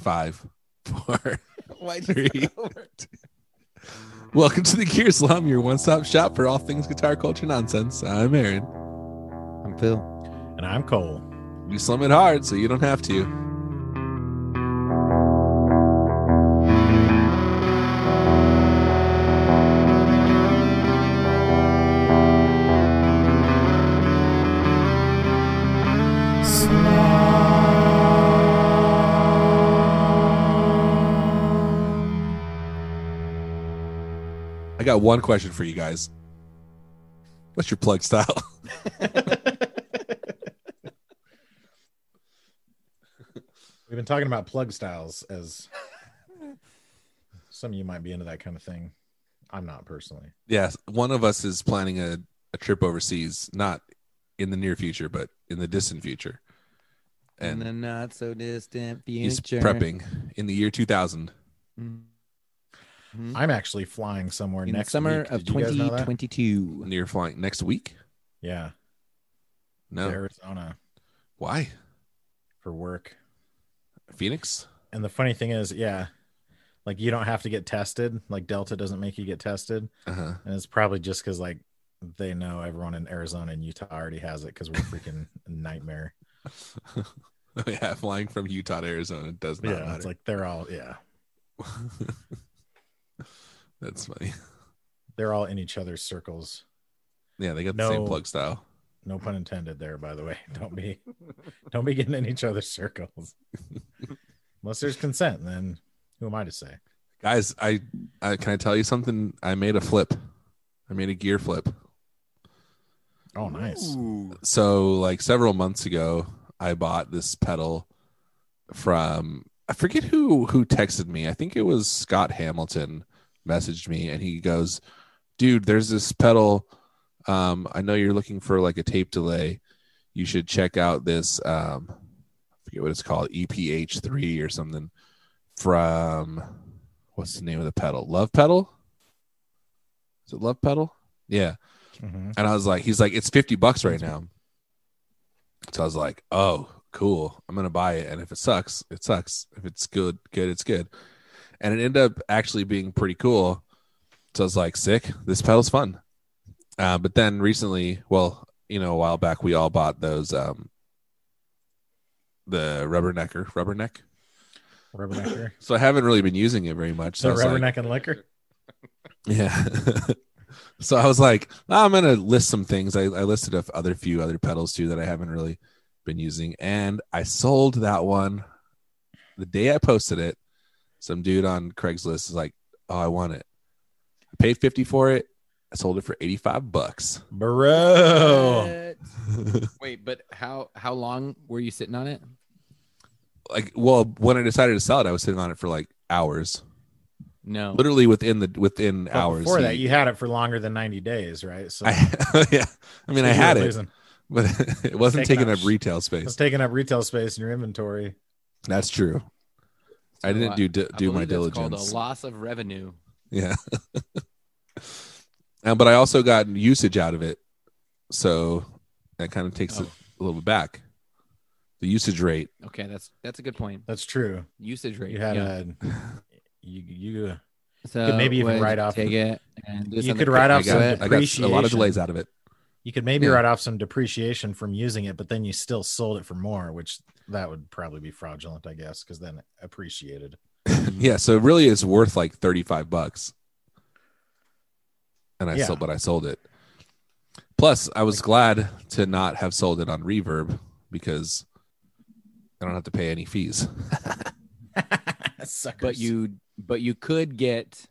Five, four, three. Welcome to the Gear Slum, your one-stop shop for all things guitar culture nonsense. I'm Aaron. I'm Phil. And I'm Cole. We slum it hard, so you don't have to. I got one question for you guys. What's your plug style? We've been talking about plug styles as some of you might be into that kind of thing. I'm not personally. yes, one of us is planning a, a trip overseas, not in the near future, but in the distant future. And And the not so distant future. he's prepping in the year 2000. Mhm. I'm actually flying somewhere Mm-hmm. In the next summer week. of Did you guys know that? 2022. Near flying next week? Yeah, Oh. No. Arizona Why? for work. Phoenix? And the funny thing is, yeah, like you don't have to get tested. Like Delta doesn't make you get tested, Uh huh. and it's probably just because like they know everyone in Arizona and Utah already has it because we're freaking nightmare. Oh, yeah, flying from Utah to Arizona does not yeah, it's matter. like they're all yeah, That's funny. they're all in each other's circles. Yeah, they got the same No. plug style. No pun intended there, by the way. Don't be don't be getting in each other's circles. Unless there's consent, then who am I to say? Guys, I, I can I tell you something? I made a flip. I made a gear flip. Oh nice. So like several months ago, I bought this pedal from I forget who who texted me. I think it was Scott Hamilton messaged me and he goes, "Dude, there's this pedal um I know you're looking for like a tape delay. You should check out this um I forget what it's called, E EPH3 or something from what's the name of the pedal? Love pedal? Is it Love pedal? Yeah. Mhm. And I was like, he's like, it's 50 bucks right now. So I was like, oh, cool. I'm going to buy it. And if it sucks, it sucks. If it's good, good, it's good. And it ended up actually being pretty cool. So I was like, sick. This pedal's fun. Uh, but then recently, well, you know, a while back, we all bought those, um, the rubber necker, rubber neck. Rubbernecker. So I haven't really been using it very much. So So I was like- rubberneck and liquor. yeah. so I was like, "Ah, I'm gonna list some things. I, I listed a f- other few other pedals too that I haven't really been using, and I sold that one the day I posted it. Some dude on Craigslist is like, "Oh, I want it." I paid fifty for it. I sold it for eighty five bucks. Bro. Wait, but how how long were you sitting on it? like, well, when I decided to sell it, I was sitting on it for like hours, No. literally within the within But hours. Before he- that, you had it for longer than 90 days, right? So I, yeah, I mean, I you had were it, losing- but it wasn't Taking taking up up sh- retail it was space. taking up retail space in your inventory. That's true. I So uh, didn't do do, I do my believe it's called diligence. a loss of revenue. Yeah. um, but I also got usage out of it, so that kind of Oh. takes it a little bit back. The usage rate. Okay, that's that's a good point. That's true. Usage rate. You had yeah. a you you so could maybe even would write off- Take it and do you something could write I off quick some with got, it. I got a lot of depreciation. delays out of it. you could maybe Yeah. write off some depreciation from using it, but then you still sold it for more, which that would probably be fraudulent, I guess, because then appreciated. Mm-hmm. yeah, so it really is worth like thirty five bucks. And I Yeah. sold, but I sold it. Plus, I was glad to not have sold it on Reverb because I don't have to pay any fees. Suckers. but you but you could get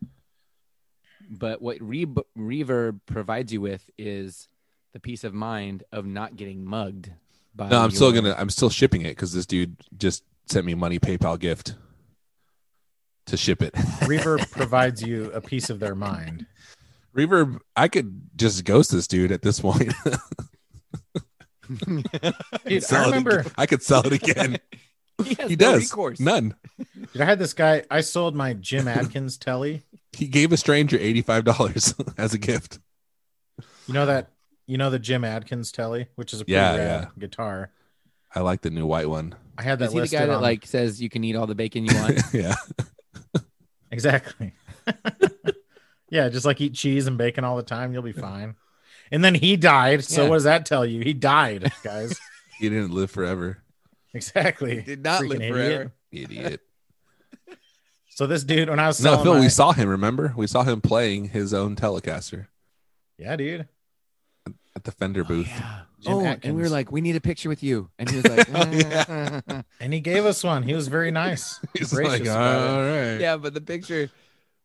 but what re- reverb provides you with is the peace of mind of not getting mugged by No, I'm still your- gonna. I'm still shipping it because this dude just sent me money PayPal gift to ship it. Reverb provides you a piece of their mind. Reverb, I could just ghost this dude at this point. Dude, Sell I it remember ag- I could sell it again. he, has he no does recourse. none. dude, I had this guy. I sold my Jim Adkins telly. He gave a stranger eighty five dollars as a gift. You know that. You know the Jim Adkins telly, which is a pretty Yeah, rad guitar. I like the new white one. I had that Is he the listed guy that on- like says you can eat all the bacon you want? yeah. exactly. yeah, just like eat cheese and bacon all the time, you'll be fine. And then he died. So Yeah. what does that tell you? He died, guys. He didn't live forever. exactly. did not Freaking live idiot. forever. Idiot. So this dude, when I was no, selling Phil, my- we saw him, remember? We saw him playing his own Telecaster yeah, dude. at the Fender Oh, booth. yeah. Jim Oh, and we Atkins. were like, we need a picture with you, and he was like, Oh, yeah. And he gave us one. He was very nice. He's Gracious like, all about right. but the picture,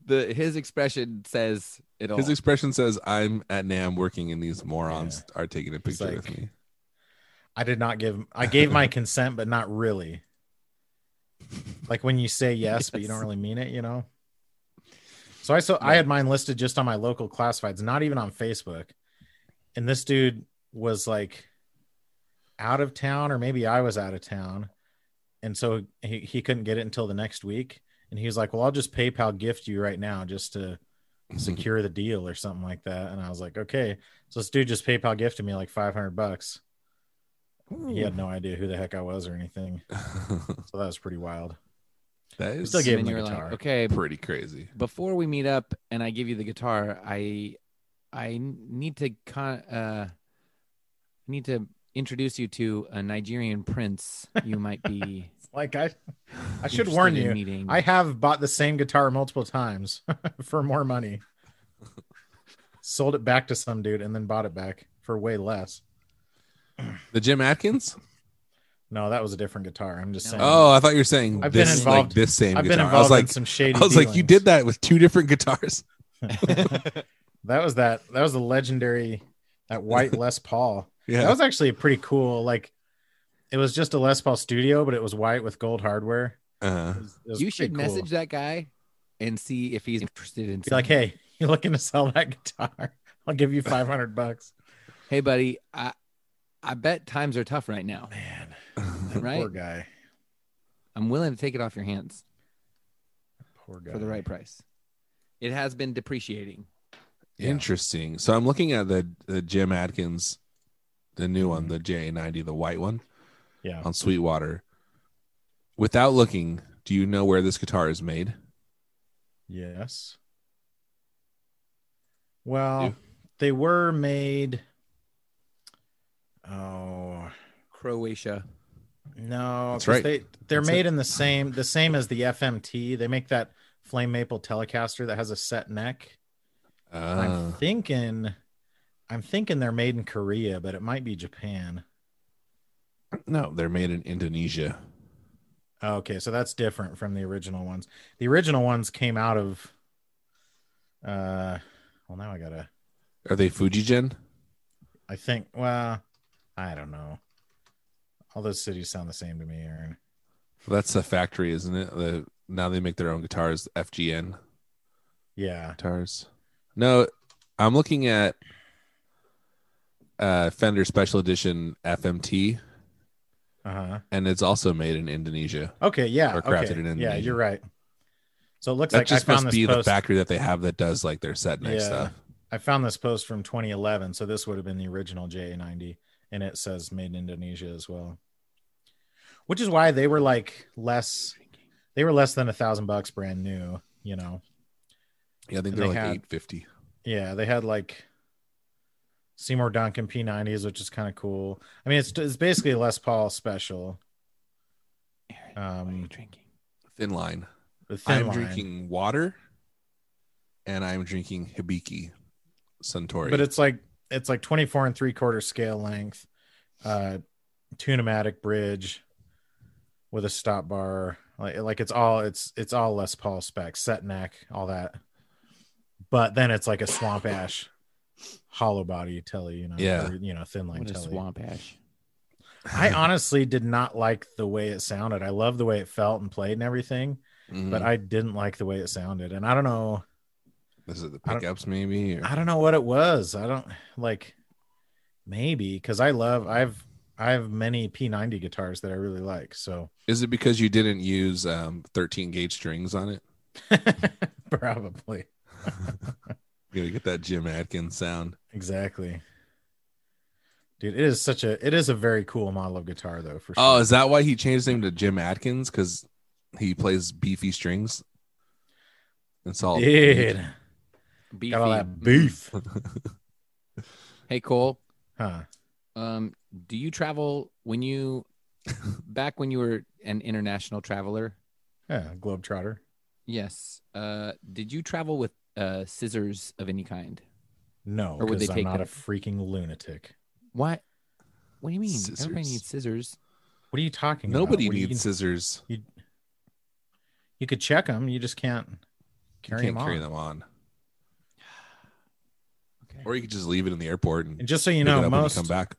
the his expression says it all. His expression says, I'm at NAM working and these morons are taking a He's picture like- with me. I did not give I gave my consent, but not really. Like when you say yes, but you don't Yes. really mean it, you know. So I so I had mine listed just on my local classifieds, not even on Facebook. And this dude was like out of town, or maybe I was out of town. And so he, he couldn't get it until the next week. And he was like, Well, I'll just PayPal gift you right now just to secure the deal or something like that. And I was like, okay. So this dude just PayPal gifted me like 500 bucks. He Hmm. had no idea who the heck I was or anything. So that was pretty wild. that is still and gave him then you the were guitar. like, okay, pretty crazy. before we meet up and I give you the guitar, I I need to con- uh need to introduce you to a Nigerian prince you might be Like I, I should warn interested in you, meeting. I have bought the same guitar multiple times for more money. Sold it back to some dude and then bought it back for way less. The Jim Atkins? No, that was a different guitar. I'm just No. saying. Oh, I thought you were saying I've been this like involved- this same I've been guitar. involved I was in like, some shady. I was like, you did that with two different guitars. that. that was that. That was the legendary, that white Les Paul. That Yeah. was actually a pretty cool. Like, it was just a Les Paul Studio, but it was white with gold hardware. Uh, It was- it was you pretty should cool. message that guy and see if he's interested in Be like, hey, you looking to sell that guitar? I'll give you five hundred bucks. hey buddy, I I bet times are tough right now. Man, I Right? poor guy. I'm willing to take it off your hands Poor guy. for the right price. It has been depreciating. Yeah. Interesting. So I'm looking at the, the Jim Atkins, the new one, the JA90, the white one Mm-hmm. Yeah. on Sweetwater. Without looking, do you know where this guitar is made? Yes. Well, they were made. Oh Croatia. no, That's 'cause right. They they're That's it. made in the same the same as the FMT. They make that flame maple Telecaster that has a set neck. Uh, I'm thinking, I'm thinking they're made in Korea, but it might be Japan. no, they're made in Indonesia. Okay, so that's different from the original ones. The original ones came out of. Uh, well, now I gotta. Are they Fujigen? I think. Well, I don't know. All those cities sound the same to me, Aaron. That's the factory, isn't it? The, now they make their own guitars, FGN Yeah, guitars. No, I'm looking at uh, Fender Special Edition FMT, Uh huh. and it's also made in Indonesia. Okay. Yeah. Or crafted Okay. it in yeah, the- you're right. So it looks that like I just must found this be the post. factory that they have that does like their set neck Yeah. stuff. I found this post from 2011, so this would have been the original JA90, and it says made in Indonesia as well, which is why they were like less. They were less than a thousand bucks brand new. You know, Yeah, I think And they're they like had- 850. yeah, they had like Seymour Duncan P90s, which is kind of cool. I mean, it's it's basically a Les Paul special. Aaron, what are you Um, drinking? Thin line. the thin I'm line. drinking water, and I'm drinking Hibiki Suntory. but it's like it's like 24 and three quarter scale length uh tunematic bridge with a stop bar like like it's all it's it's all les paul specs set neck all that but then it's like a swamp ash hollow body telly you know Yeah. or, you know thin line What a telly swamp ash. i honestly did not like the way it sounded i love the way it felt and played and everything Mhm. Mm. but i didn't like the way it sounded and i don't know Is it the I don't- pickups maybe? or- I don't know what it was. I don't like maybe because I love I've I have many P90 guitars that I really like. So Is it because you didn't use um, 13 gauge strings on it? probably You gotta get that Jim Atkins sound. exactly. Dude, it is such a it is a very cool model of guitar though for sure. Oh, is that why he changed his name to Jim Atkins? Because he plays beefy strings. It's all dude, Beefy. got all that beef, Hey Cole, huh? um, do you travel when you back when you were an international traveler? Yeah, globetrotter. Yes. Uh, did you travel with uh, scissors of any kind? No, Or would because they I'm take not that? a freaking lunatic. What? What do you mean? Everybody Scissors. needs scissors. What are you talking about? Nobody What do needs You, can- scissors. you could check them. You just can't You carry can't them carry on. them on, Okay. or you could just leave it in the airport and, And just so you pick it up know, when most come back.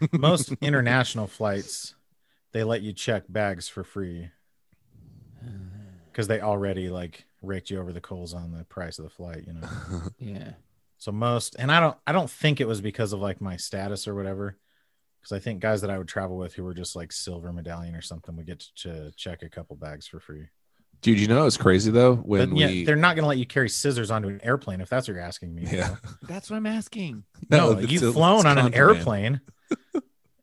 most international flights they let you check bags for free Uh, because they already like raked you over the coals on the price of the flight you know yeah. so most and i don't i don't think it was because of like my status or whatever because i think guys that i would travel with who were just like silver medallion or something would get to, to check a couple bags for free Dude, you know it's crazy though when but yeah we they're not going to let you carry scissors onto an airplane if that's what you're asking me you yeah know? That's what I'm asking. no, it's- you've it's flown on an contraband. airplane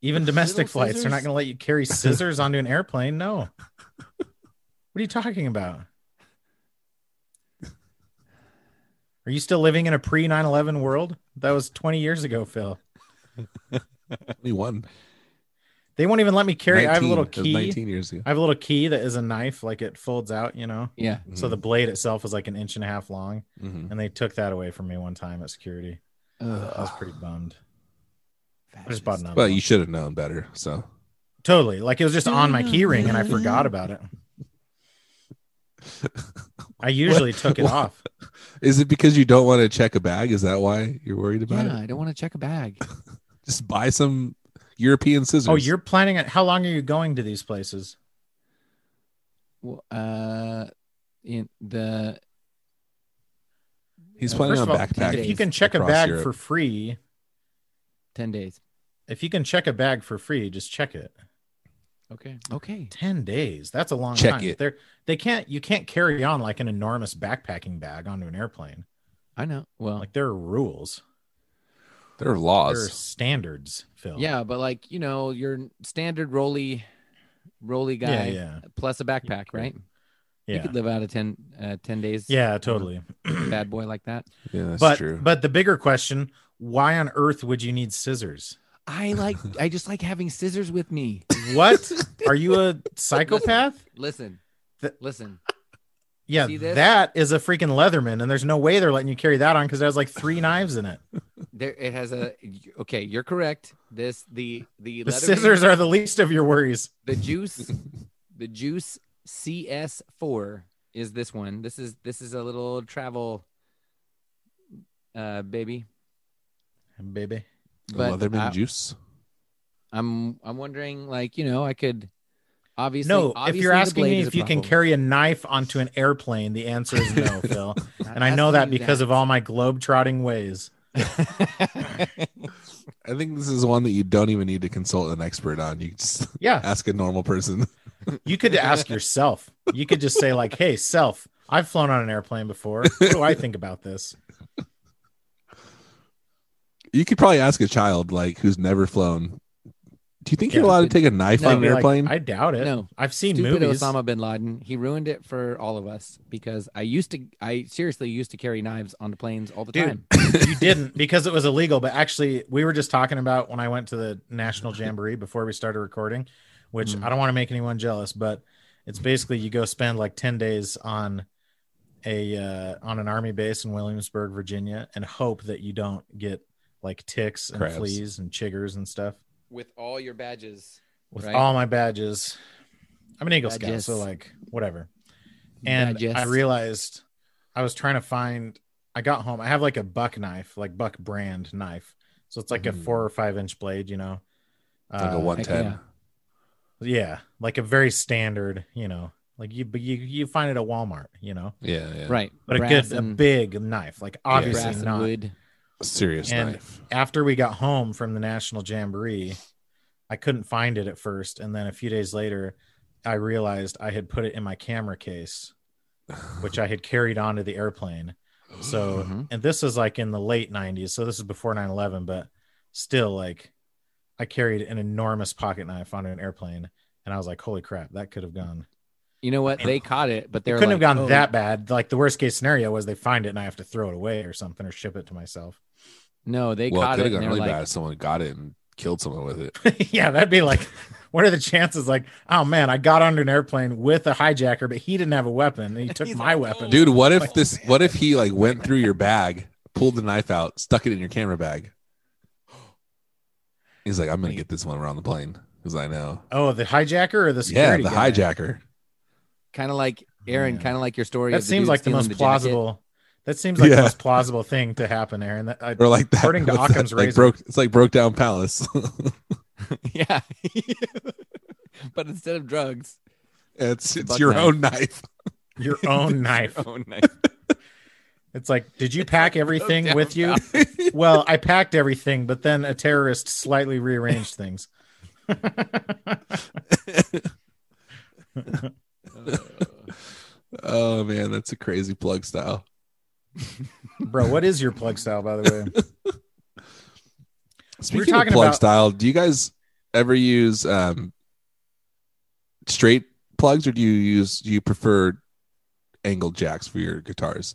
even domestic Little flights they're not scissors? going to let you carry scissors onto an airplane no what are you talking about are you still living in a pre 9-11 world that was 20 years ago phil Only one. they won't even let me carry i have a 19. little It was key Nineteen years ago. i have a little key that is a knife like it folds out you know Yeah. Mm-hmm. so the blade itself is like an inch and a half long Mhm. and they took that away from me one time at security i was pretty bummed i just bought another Well, one. you should have known better. So Totally. Like it was just on my key ring and I forgot about it. I usually took it What? off. is it because you don't want to check a bag? Is that why you're worried about Yeah, it? I don't want to check a bag. Just buy some European scissors. Oh, you're planning on how long are you going to these places? Well, uh, in the he's Uh, planning on first of all, backpacking. Days If you can check a across bag Europe. for free, ten days. if you can check a bag for free, just check it. Okay. Okay. 10 days. That's a long Check time. it. They're, they can't you can't carry on like an enormous backpacking bag onto an airplane. I know. Well, Like there are rules. there are There are laws. standards, Phil. yeah, but like you know, your standard roly, roly Yeah, guy yeah. plus a backpack, right? You Yeah. could live out of 10, uh, 10 days. Yeah, totally. Bad boy like that. Yeah, that's but true. but the bigger question, why on earth would you need scissors? I like. I just like having scissors with me. What? Are you a psychopath? Listen. Th- Listen. Yeah, See this? that is a freaking Leatherman, and there's no way they're letting you carry that on because there's like three knives in it. There. It has a. Okay. You're correct. This. The. The. The Leatherman- scissors are the least of your worries. the juice the juice cs4 is this one this is this is a little travel uh baby Baby. but Leatherman uh, I, juice. i'm i'm wondering like you know i could obviously No, if obviously you're the asking blade me is a if you can problem. carry a knife onto an airplane, the answer is no, Phil. And I know that Asking you because of all my globe-trotting ways. I think this is one that you don't even need to consult an expert on. You just Yeah, ask a normal person. you could ask yourself. You could just say like, "Hey, self, I've flown on an airplane before. What do I think about this?" You could probably ask a child like who's never flown. Do you think you're Yeah. allowed to take a knife No, on I'd an be like, airplane? I doubt it. No. I've seen Stupid movies. Osama bin Laden. He ruined it for all of us because I used to, I seriously used to carry knives on the planes all the Dude, time. you didn't because it was illegal but actually we were just talking about when i went to the national jamboree before we started recording which Mm. i don't want to make anyone jealous but it's basically you go spend like 10 days on a uh, on an army base in williamsburg virginia and hope that you don't get like ticks and Crabs. fleas and chiggers and stuff With all your badges. with Right. all my badges i'm an eagle scout Badges. so like whatever and Badges. I realized I was trying to find. I got home. I have like a buck knife, like buck brand knife. So it's like a Mm-hmm. Mhm. four or five inch blade, you know. like a Uh, one ten. yeah. Yeah, like a very standard, you know. Like you, but you you find it at Walmart, you know. Yeah, yeah. Right. But a Brass good, a and- big knife, like obviously brass and not. wood. Serious And- knife. After we got home from the national jamboree, I couldn't find it at first, and then a few days later, I realized I had put it in my camera case, which I had carried onto the airplane. So, Mhm. and this is like in the late 90s. So, this is before 9 11, but still, like, I carried an enormous pocket knife on an airplane, and I was like, "Holy crap, that could have gone." You know what? They caught it, but It they're couldn't have like, gone "Oh, that bad. Like the worst case scenario was they find it and I have to throw it away or something or ship it to myself. No, they well, it caught could have it. And gone they're really like, bad if someone got it and killed someone with it. yeah, that'd be like, what are the chances? Like, oh man, I got under an airplane with a hijacker, but he didn't have a weapon. And he took He's my like, "Oh." weapon. Dude, what if this? What if he like went through your bag, pulled the knife out, stuck it in your camera bag? He's like, I'm gonna get this one around the plane because I know. Oh, the hijacker or the Yeah, security? the guy? hijacker. kind of like Aaron, Man. kind of like your story. That of the seems dude like the stealing most jacket. plausible. That seems like Yeah. the most plausible thing to happen, Aaron. That, I, Or like that. According to what's that? Occam's like razor. broke. It's like broke down palace. yeah. but instead of drugs, it's it's Buck your knife. own knife. your own knife. oh nice. It's like, did you pack everything down with you? well, I packed everything, but then a terrorist slightly rearranged things. Oh man, that's a crazy plug style. Bro, what is your plug style, by the way? Speaking of talking plug about- style, do you guys ever use um straight plugs or do you use do you prefer angled jacks for your guitars?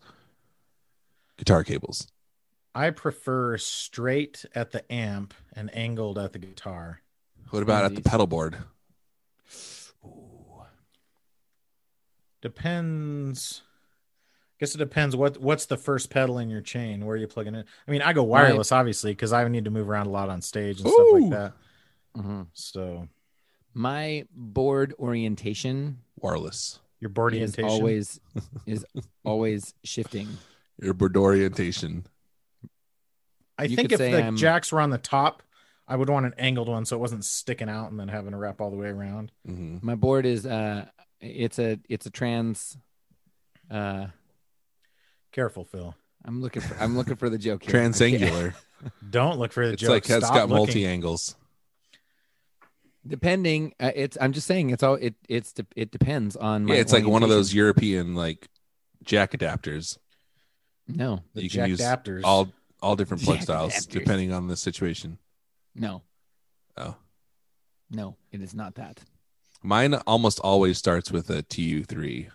Guitar cables. I prefer straight at the amp and angled at the guitar. What about at the Indeed. pedal board? Depends. Guess it depends what what's the first pedal in your chain. Where are you plugging it? I mean, I go wireless obviously because I need to move around a lot on stage and stuff Ooh. like that. Mhm. So My board orientation Wireless. your board is orientation. always is always shifting. Your board orientation. I you think if could say the I'm- jacks were on the top, I would want an angled one so it wasn't sticking out and then having to wrap all the way around. Mhm. My board is uh, it's a it's a trans. Uh, Careful, Phil. I'm looking for I'm looking for the joke here. I can't- Transangular. Don't look for the It's joke. like it's Stop got multi looking. angles. Depending, uh, it's I'm just saying it's all it it's de- it depends on. Yeah, my it's like one of orientation. those European like jack adapters. No, The you can jack use adapters. All all different plug Jack styles adapters. depending on the situation. no, Oh. no, it is not that. Mine almost always starts with a TU3.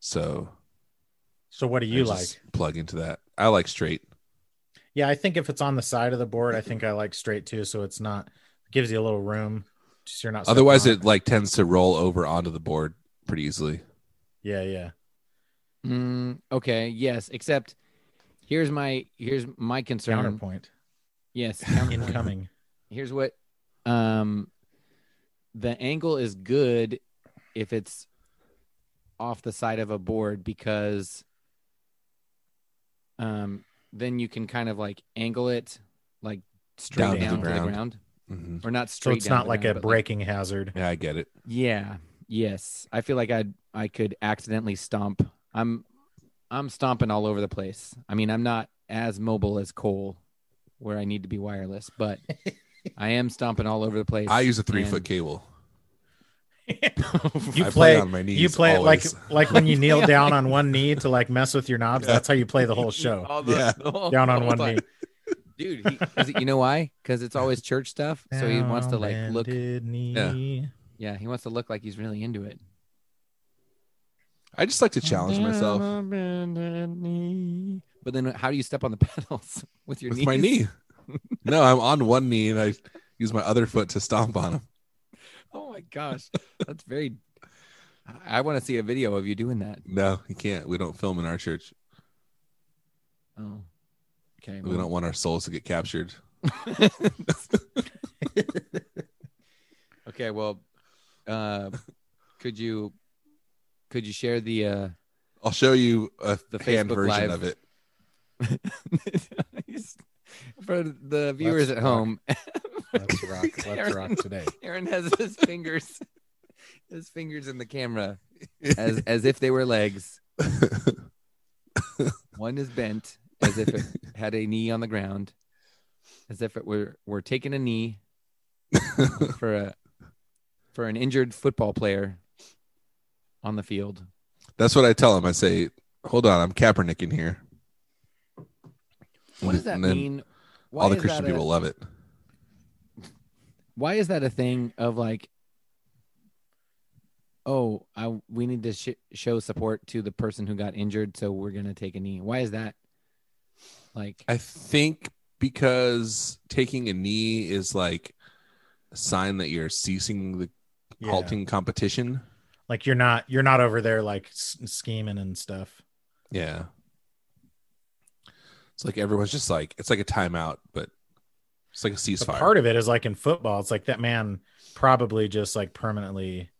So so what do I you like? just plug into that. I like straight. Yeah, I think if it's on the side of the board, I think I like straight too. So it's not gives you a little room. Just you're not. stepping Otherwise, on it like tends to roll over onto the board pretty easily. Yeah, yeah. Mm, okay, yes, except here's my here's my Mm-hmm. concern. Counterpoint Yes, counterpoint. incoming. here's what um the angle is good if it's off the side of a board because um then you can kind of like angle it like Down straight to down, the to, the ground. ground hmm or not So straight it's down to not the like a ground, but, breaking hazard. Yeah, I get it. yeah yes i feel like i i could accidentally stomp i'm i'm stomping all over the place i mean i'm not as mobile as cole where i need to be wireless but i am stomping all over the place I use a three foot and- cable. You I play. on my knees. You play it like always. like when you kneel down on one knee to like mess with your knobs. That's how you play the whole show. All the- Yeah. the whole- Down the on whole one time. knee. dude. He, 'cause you know why? Because it's always church stuff, so he wants to like Down look. bended Knee. Yeah, he wants to look like he's really into it. I just like to challenge myself But then, how do you step on the pedals with your with knees? my knee. no, I'm on one knee and I use my other foot to stomp on him. Oh my gosh, that's very. I want to see a video of you doing that. No, you can't. We don't film in our church. Oh, okay. We well, don't want our souls to get captured. okay, well, uh, could you could you share the? uh I'll show you a The hand Facebook version Live. of it. for the viewers Let's at rock. home, Let's rock. Let's rock today. Aaron has his fingers, his fingers in the camera, as as if they were legs. One is bent, as if it had a knee on the ground, as if it were were taking a knee for a for an injured football player on the field. That's what I tell him. I say, "Hold on, I'm Kaepernick in here." What does that And then mean? Why all the is Christian that a- people love it. why is that a thing of like oh I we need to sh- show support to the person who got injured so we're going to take a knee. Why is that like I think because taking a knee is like a sign that you're ceasing the Yeah. halting competition. Like you're not you're not over there like s- scheming and stuff. Yeah. It's like everyone's just like it's like a timeout, but it's like a But ceasefire. part of it is like in football, it's like that man probably just like permanently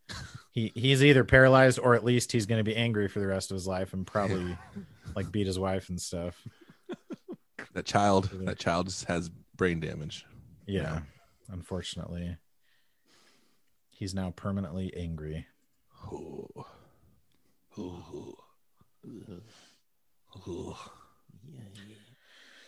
he he's either paralyzed or at least he's going to be angry for the rest of his life and probably like beat his wife and stuff. that child, that child just has brain damage. Yeah. Yeah. Unfortunately, he's now permanently angry. Ooh. Ooh. Ooh.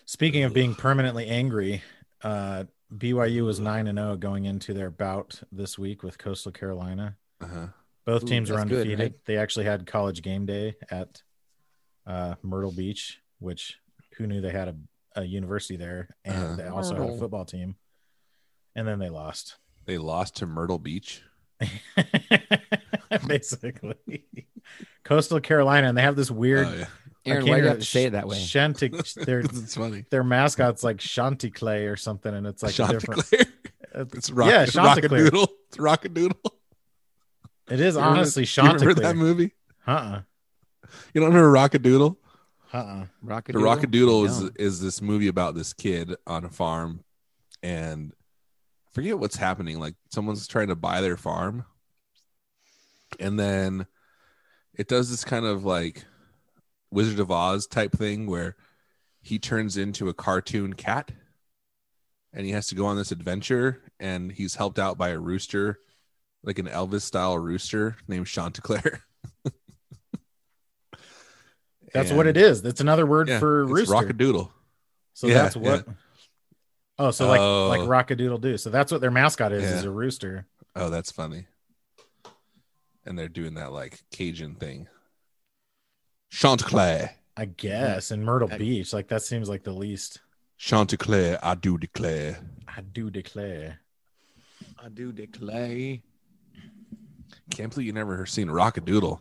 Speaking of being permanently angry, uh BYU was 9 and 0 going into their bout this week with Coastal Carolina. Uh-huh. Both Ooh, teams were that's good, undefeated. right? They actually had college game day at uh, Myrtle Beach, which who knew they had a, a university there, and Uh-huh. they also had Myrtle. a football team. And then they lost, They lost to Myrtle Beach. basically. Coastal Carolina, and they have this weird. Oh, yeah. I Uh, Aaron can't why do you have remember- to say it that way? Shantic, their it's funny. their mascot's like Chanticleer or something, and it's like a different. uh, It's rock, Yeah, Chanticleer. Rockadoodle. It's Rockadoodle. It is You remember- honestly You remember that Chanticleer. movie? Uh You don't remember Rockadoodle? uh-uh, uh. Rockadoodle? The Rockadoodle is No. is this movie about this kid on a farm, and I forget what's happening. Like someone's trying to buy their farm, and then it does this kind of like Wizard of Oz type thing where he turns into a cartoon cat, and he has to go on this adventure, and he's helped out by a rooster, like an Elvis style rooster named Chanticleer. That's what it is. That's another word Yeah, for It's rooster. Rockadoodle. So Yeah, that's what. Oh, so like Oh. like Rockadoodle Doo. So that's what their mascot is is Yeah. a rooster. Oh, that's funny. And they're doing that like Cajun thing. Chanticleer, I guess in Myrtle I- Beach, like that seems like the least. Chanticleer, I do declare. I do declare. I do declare. Can't believe you never seen Rockadoodle.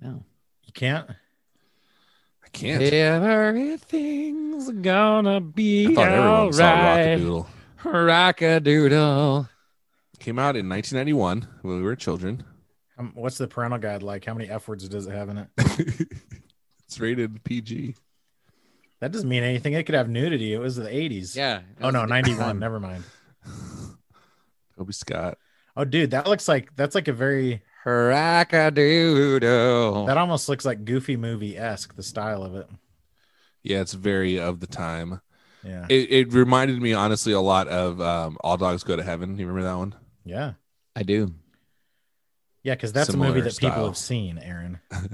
No. You can't. I can't. Everything's gonna be I thought everyone all saw right. Rockadoodle. Rockadoodle. Came out in 1991 when we were children. Um, what's the parental guide like? How many f words does it have in it? it's rated PG. That doesn't mean anything. It could have nudity. It was the eighties. Yeah. Oh no, ninety one. Never. Never mind. Toby Scott. Oh dude, that looks like that's like a very Rockadoodle. that almost looks like Goofy movie esque the style of it. Yeah, it's very of the time. Yeah. It, it reminded me honestly a lot of um, All Dogs Go to Heaven. You remember that one? yeah. I do. Yeah, because that's a Similar movie that style. people have seen, Aaron.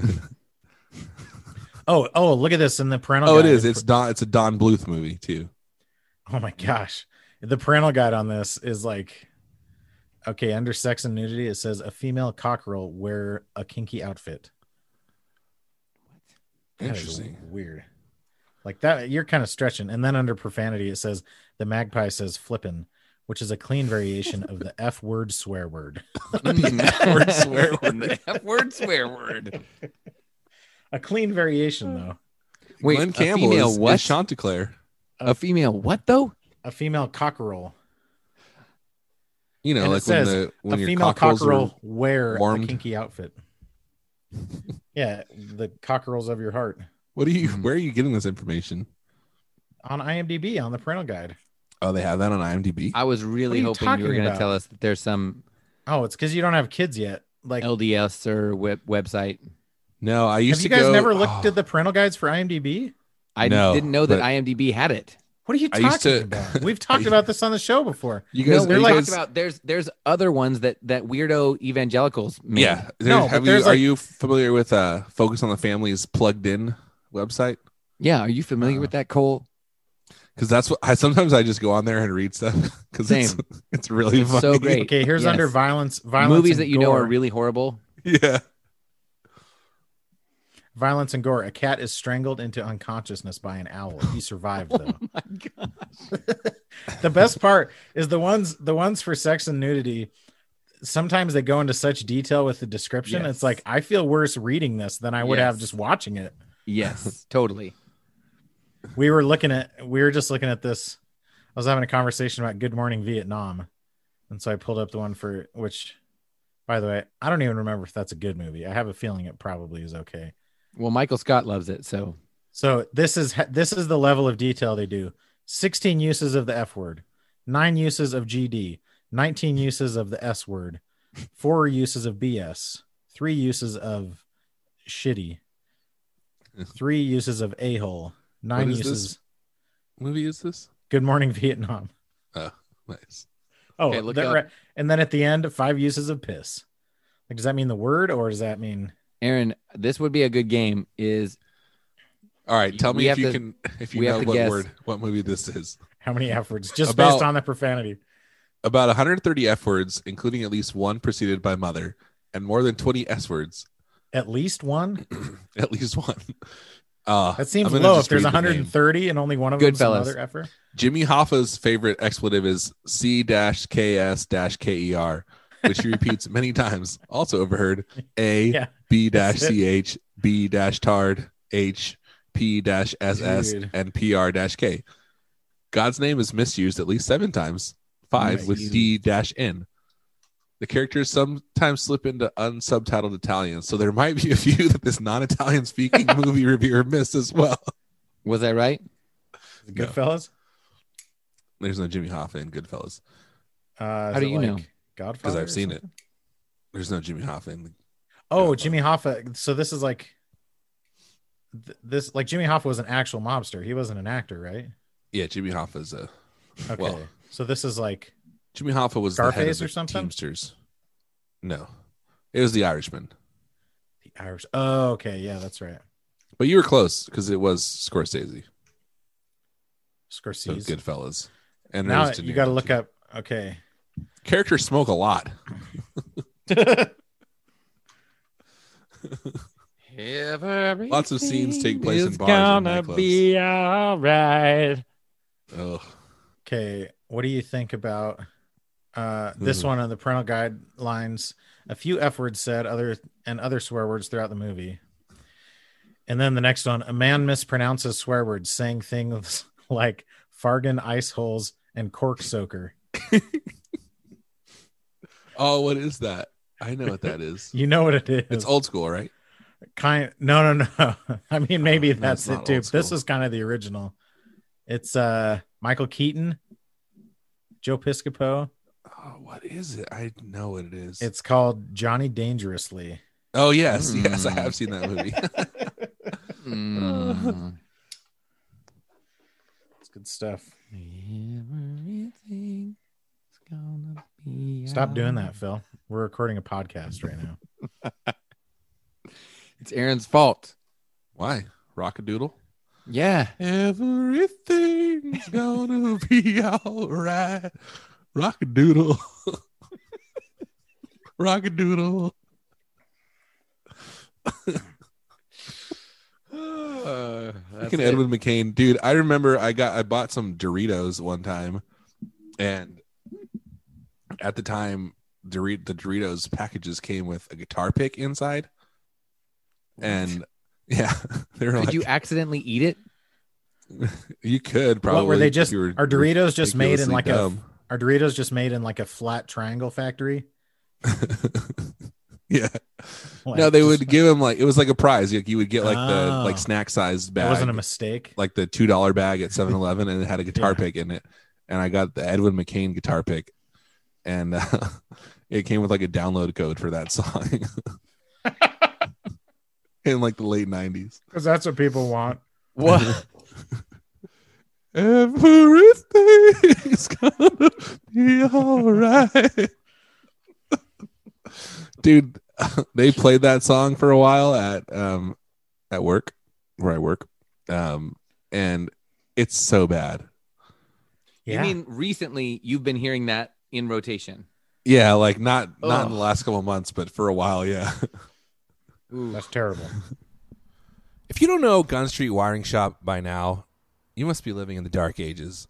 oh, oh, look at this in the parental. Oh, it guide. is. It's Don. It's a Don Bluth movie too. Oh my gosh. The parental guide on this is like okay, under sex and nudity, it says a female cockerel wear a kinky outfit. That is Interesting. weird. Like that, you're kind of stretching. And then under profanity, it says the magpie says flippin', which is a clean variation of the F word swear word. F-word swear word. The F-word swear word. A clean variation, though. Wait, Glenn a Campbell female is, what? is Chanticleer. A female what though? A female cockerel. You know, And it like when says, the when a your female cockerels are- cockerel wear warmed. a kinky outfit. yeah, the cockerels of your heart What are you? Hmm. Where are you getting this information? on IMDb on the parental guide. Oh, they have that on IMDb. I was really you hoping you were talking going to about? tell us that there's some Oh, it's because you don't have kids yet. Like, LDS or web- website. no, I used have you to guys go- never looked oh, at the parental guides for IMDb? I No, didn't know that but- IMDb had it. What are you I talking used to- about? We've talked about this on the show before. You guys, no, are we're you talking guys- about there's there's other ones that that weirdo evangelicals made. yeah. There- No, but have you, there's are like- you familiar with uh, Focus on the Family's plugged in website? Yeah, are you familiar Uh-uh. with that Cole? Because that's what I sometimes I just go on there and read stuff because it's, Same. it's really It's funny. so great. Okay, here's Yes. under violence, violence Movies and that you know gore. are really horrible. Yeah, violence and gore. A cat is strangled into unconsciousness by an owl. He survived though. My God. the best part is the ones the ones for sex and nudity. Sometimes they go into such detail with the description. Yes. It's like I feel worse reading this than I would have Yes. just watching it. Yes, totally. We were looking at we were just looking at this. I was having a conversation about Good Morning Vietnam, and so I pulled up the one for which, by the way, I don't even remember if that's a good movie. I have a feeling it probably is okay. Well, Michael Scott loves it, so So this is this is the level of detail they do. 16 uses of the F word, 9 uses of GD, 19 uses of the S word, 4 uses of BS, 3 uses of shitty, 3 uses of a-hole, 9 What is uses this? movie is this? Good Morning Vietnam. Nice. Oh, Okay, look that up- right- and then at the end 5 uses of piss. Like does that mean the word or does that mean Aaron, this would be a good game. Is All right, tell me We if have you to- can if you we have know to what guess. word what movie this is. how many F words just About- based on the profanity? About 130 F words, including at least one preceded by mother, and more than 20 S words, At least one? at least one. Uh, That seems I'm gonna low. just If there's read the name. 130 and only one of them is Goodfellas. another effort. Jimmy Hoffa's favorite expletive is C KS KER, E which he repeats many times. Also overheard A Yeah, B that's CH B TARD H P SS Dude. and PR K. God's name is misused at least seven times, five with D N. The characters sometimes slip into unsubtitled Italian, so there might be a few that this non Italian speaking movie reviewer missed as well. was I right? No. Goodfellas. There's no Jimmy Hoffa in Goodfellas. Uh, How do you know? Godfather. because or I've seen it. something? There's no Jimmy Hoffa. In the, Oh, Godfather. Jimmy Hoffa. So this is like th- this. Like Jimmy Hoffa was an actual mobster. He wasn't an actor, right? yeah, Jimmy Hoffa's a Okay. Well- so this is like Jimmy Hoffa was the head of Scarface the or something? Teamsters. No, it was the Irishman. the Irish. Oh, okay. Yeah, that's right. But you were close because it was Scorsese. So Scorsese. Goodfellas. And there Now was De you Niro, got to look too. up. Okay. characters smoke a lot. Lots of scenes take place in bars and nightclubs. all right. Ugh. Okay, what do you think about uh this Mhm. one on the parental guidelines? A few F words said, other and other swear words throughout the movie. And then the next one, a man mispronounces swear words, saying things like "fargan ice holes" and "cork soaker." Oh, what is that? I know what that is. You know what it is? it's old school, right? kind. No, no, no. I mean, maybe Oh, no, that's it's not it too. old but This school. was kind of the original. It's uh Michael Keaton, Joe Piscopo. Oh, what is it? I know what it is. It's called Johnny Dangerously. oh yes, Mm. yes, I have seen that movie. Mm. It's good stuff. Everything's gonna be Stop doing all that, Phil. We're recording a podcast right now. It's Aaron's fault. Why? Rock a doodle. Yeah. Everything's gonna be all right. Rock a doodle. Rock a doodle. Uh, Fucking Edwin McCain, dude. I remember I got I bought some Doritos one time, and at the time, Dor- the Doritos packages came with a guitar pick inside, and yeah, they were Could like you accidentally eat it? you could probably. what were they if just? you were are Doritos just made in ridiculously like dumb. a? Are Doritos just made in like a flat triangle factory? yeah. Like, no, they just- would give him like it was like a prize. Like you would get like the Oh. like snack sized That bag, wasn't a mistake. like the two dollar bag at 7-Eleven, and it had a guitar Yeah. pick in it. And I got the Edwin McCain guitar pick, and uh, it came with like a download code for that song in like the late nineties. Because that's what people want. What? Everything's gonna be all right. Dude, they played that song for a while at um at work where I work. Um and it's so bad. Yeah. You mean recently you've been hearing that in rotation? Yeah, like not not in Ugh. the last couple of months, but for a while, yeah. Ooh. that's terrible. If you don't know Gun Street Wiring Shop by now, you must be living in the dark ages.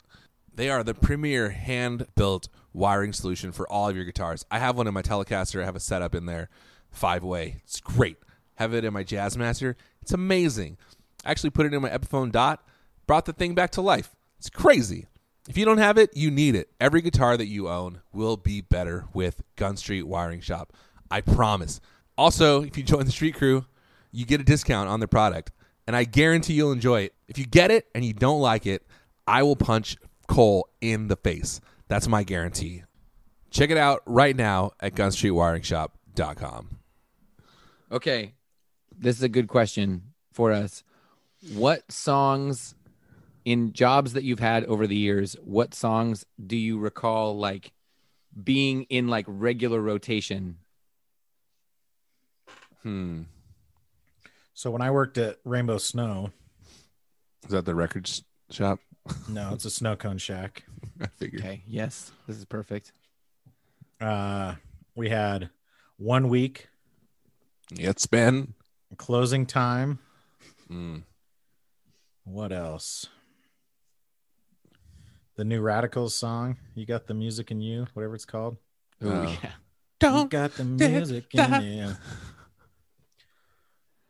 They are the premier hand built wiring solution for all of your guitars. I have one in my Telecaster. I have a setup in there, five way. It's great. Have it in my Jazzmaster. It's amazing. I actually put it in my Epiphone Dot, brought the thing back to life. It's crazy. If you don't have it, you need it. Every guitar that you own will be better with Gun Street Wiring Shop. I promise. Also, if you join the Street Crew, you get a discount on their product, and I guarantee you'll enjoy it. If you get it and you don't like it, I will punch Cole in the face. That's my guarantee. Check it out right now at gunstreetwiringshop.com. Okay. This is a good question for us. What songs in jobs that you've had over the years, what songs do you recall like being in like regular rotation? Hmm. So when I worked at Rainbow Snow, Is that the record s- shop? no, it's a snow cone shack. I figured. Okay. Yes. This is perfect. Uh, we had one week It's been. closing time. Mm. What else? The new Radicals song. You got the music in you, whatever it's called. Oh, Uh, yeah. you got the do music that. in you.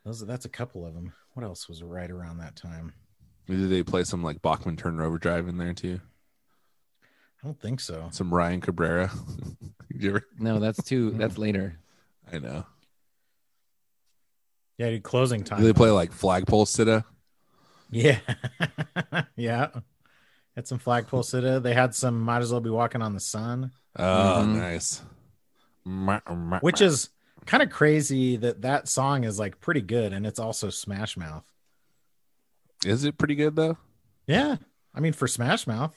Those, that's a couple of them. What else was right around that time? Did they play some like Bachman Turner Overdrive in there too? I don't think so. Some Ryan Cabrera. Did you ever- No, that's too, that's later. I know. Yeah, dude, closing time. Did they play like Flagpole Sitta? Yeah. yeah. Had some flagpole sitta. They had some might as well be walking on the sun, Oh, Mhm. nice. Mwah, mwah, which mwah. is kind of crazy that that song is like pretty good and it's also Smash Mouth. is it pretty good though? Yeah. I mean, for Smash Mouth,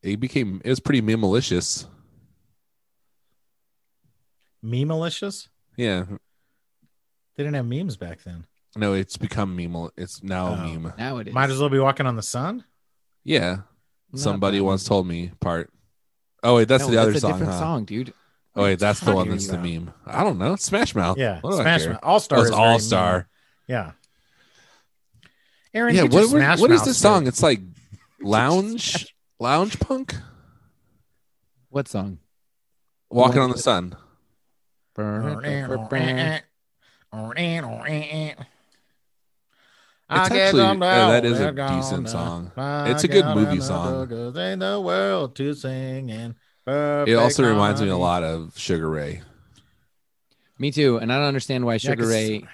It became it was pretty meme malicious. meme malicious. Yeah. They didn't have memes back then. No, it's become meme. It's now a Oh. meme. Now it is. Might as well be walking on the sun. Yeah. Not Somebody that one. once told me part. Oh wait, that's No, the other a song, different huh? song, dude. Oh wait, that's the one Talking that's the about- meme. I don't know. It's Smash Mouth. Yeah. Oh, What do I Smash care? Mouth. All Oh, Star. it's All Star. Yeah. Aaron, Yeah. you just What, what- Smash what is Mouth this song? shit. It's like lounge, lounge punk, What song? walking one on the that- sun. eh, That's It's I get actually- them uh, down, that is a they're decent gonna song. find It's a good out movie another song. good thing the world to sing in It perfect also reminds me a harmony. lot of Sugar Ray. Me too. And I don't understand why Sugar 'cause- Ray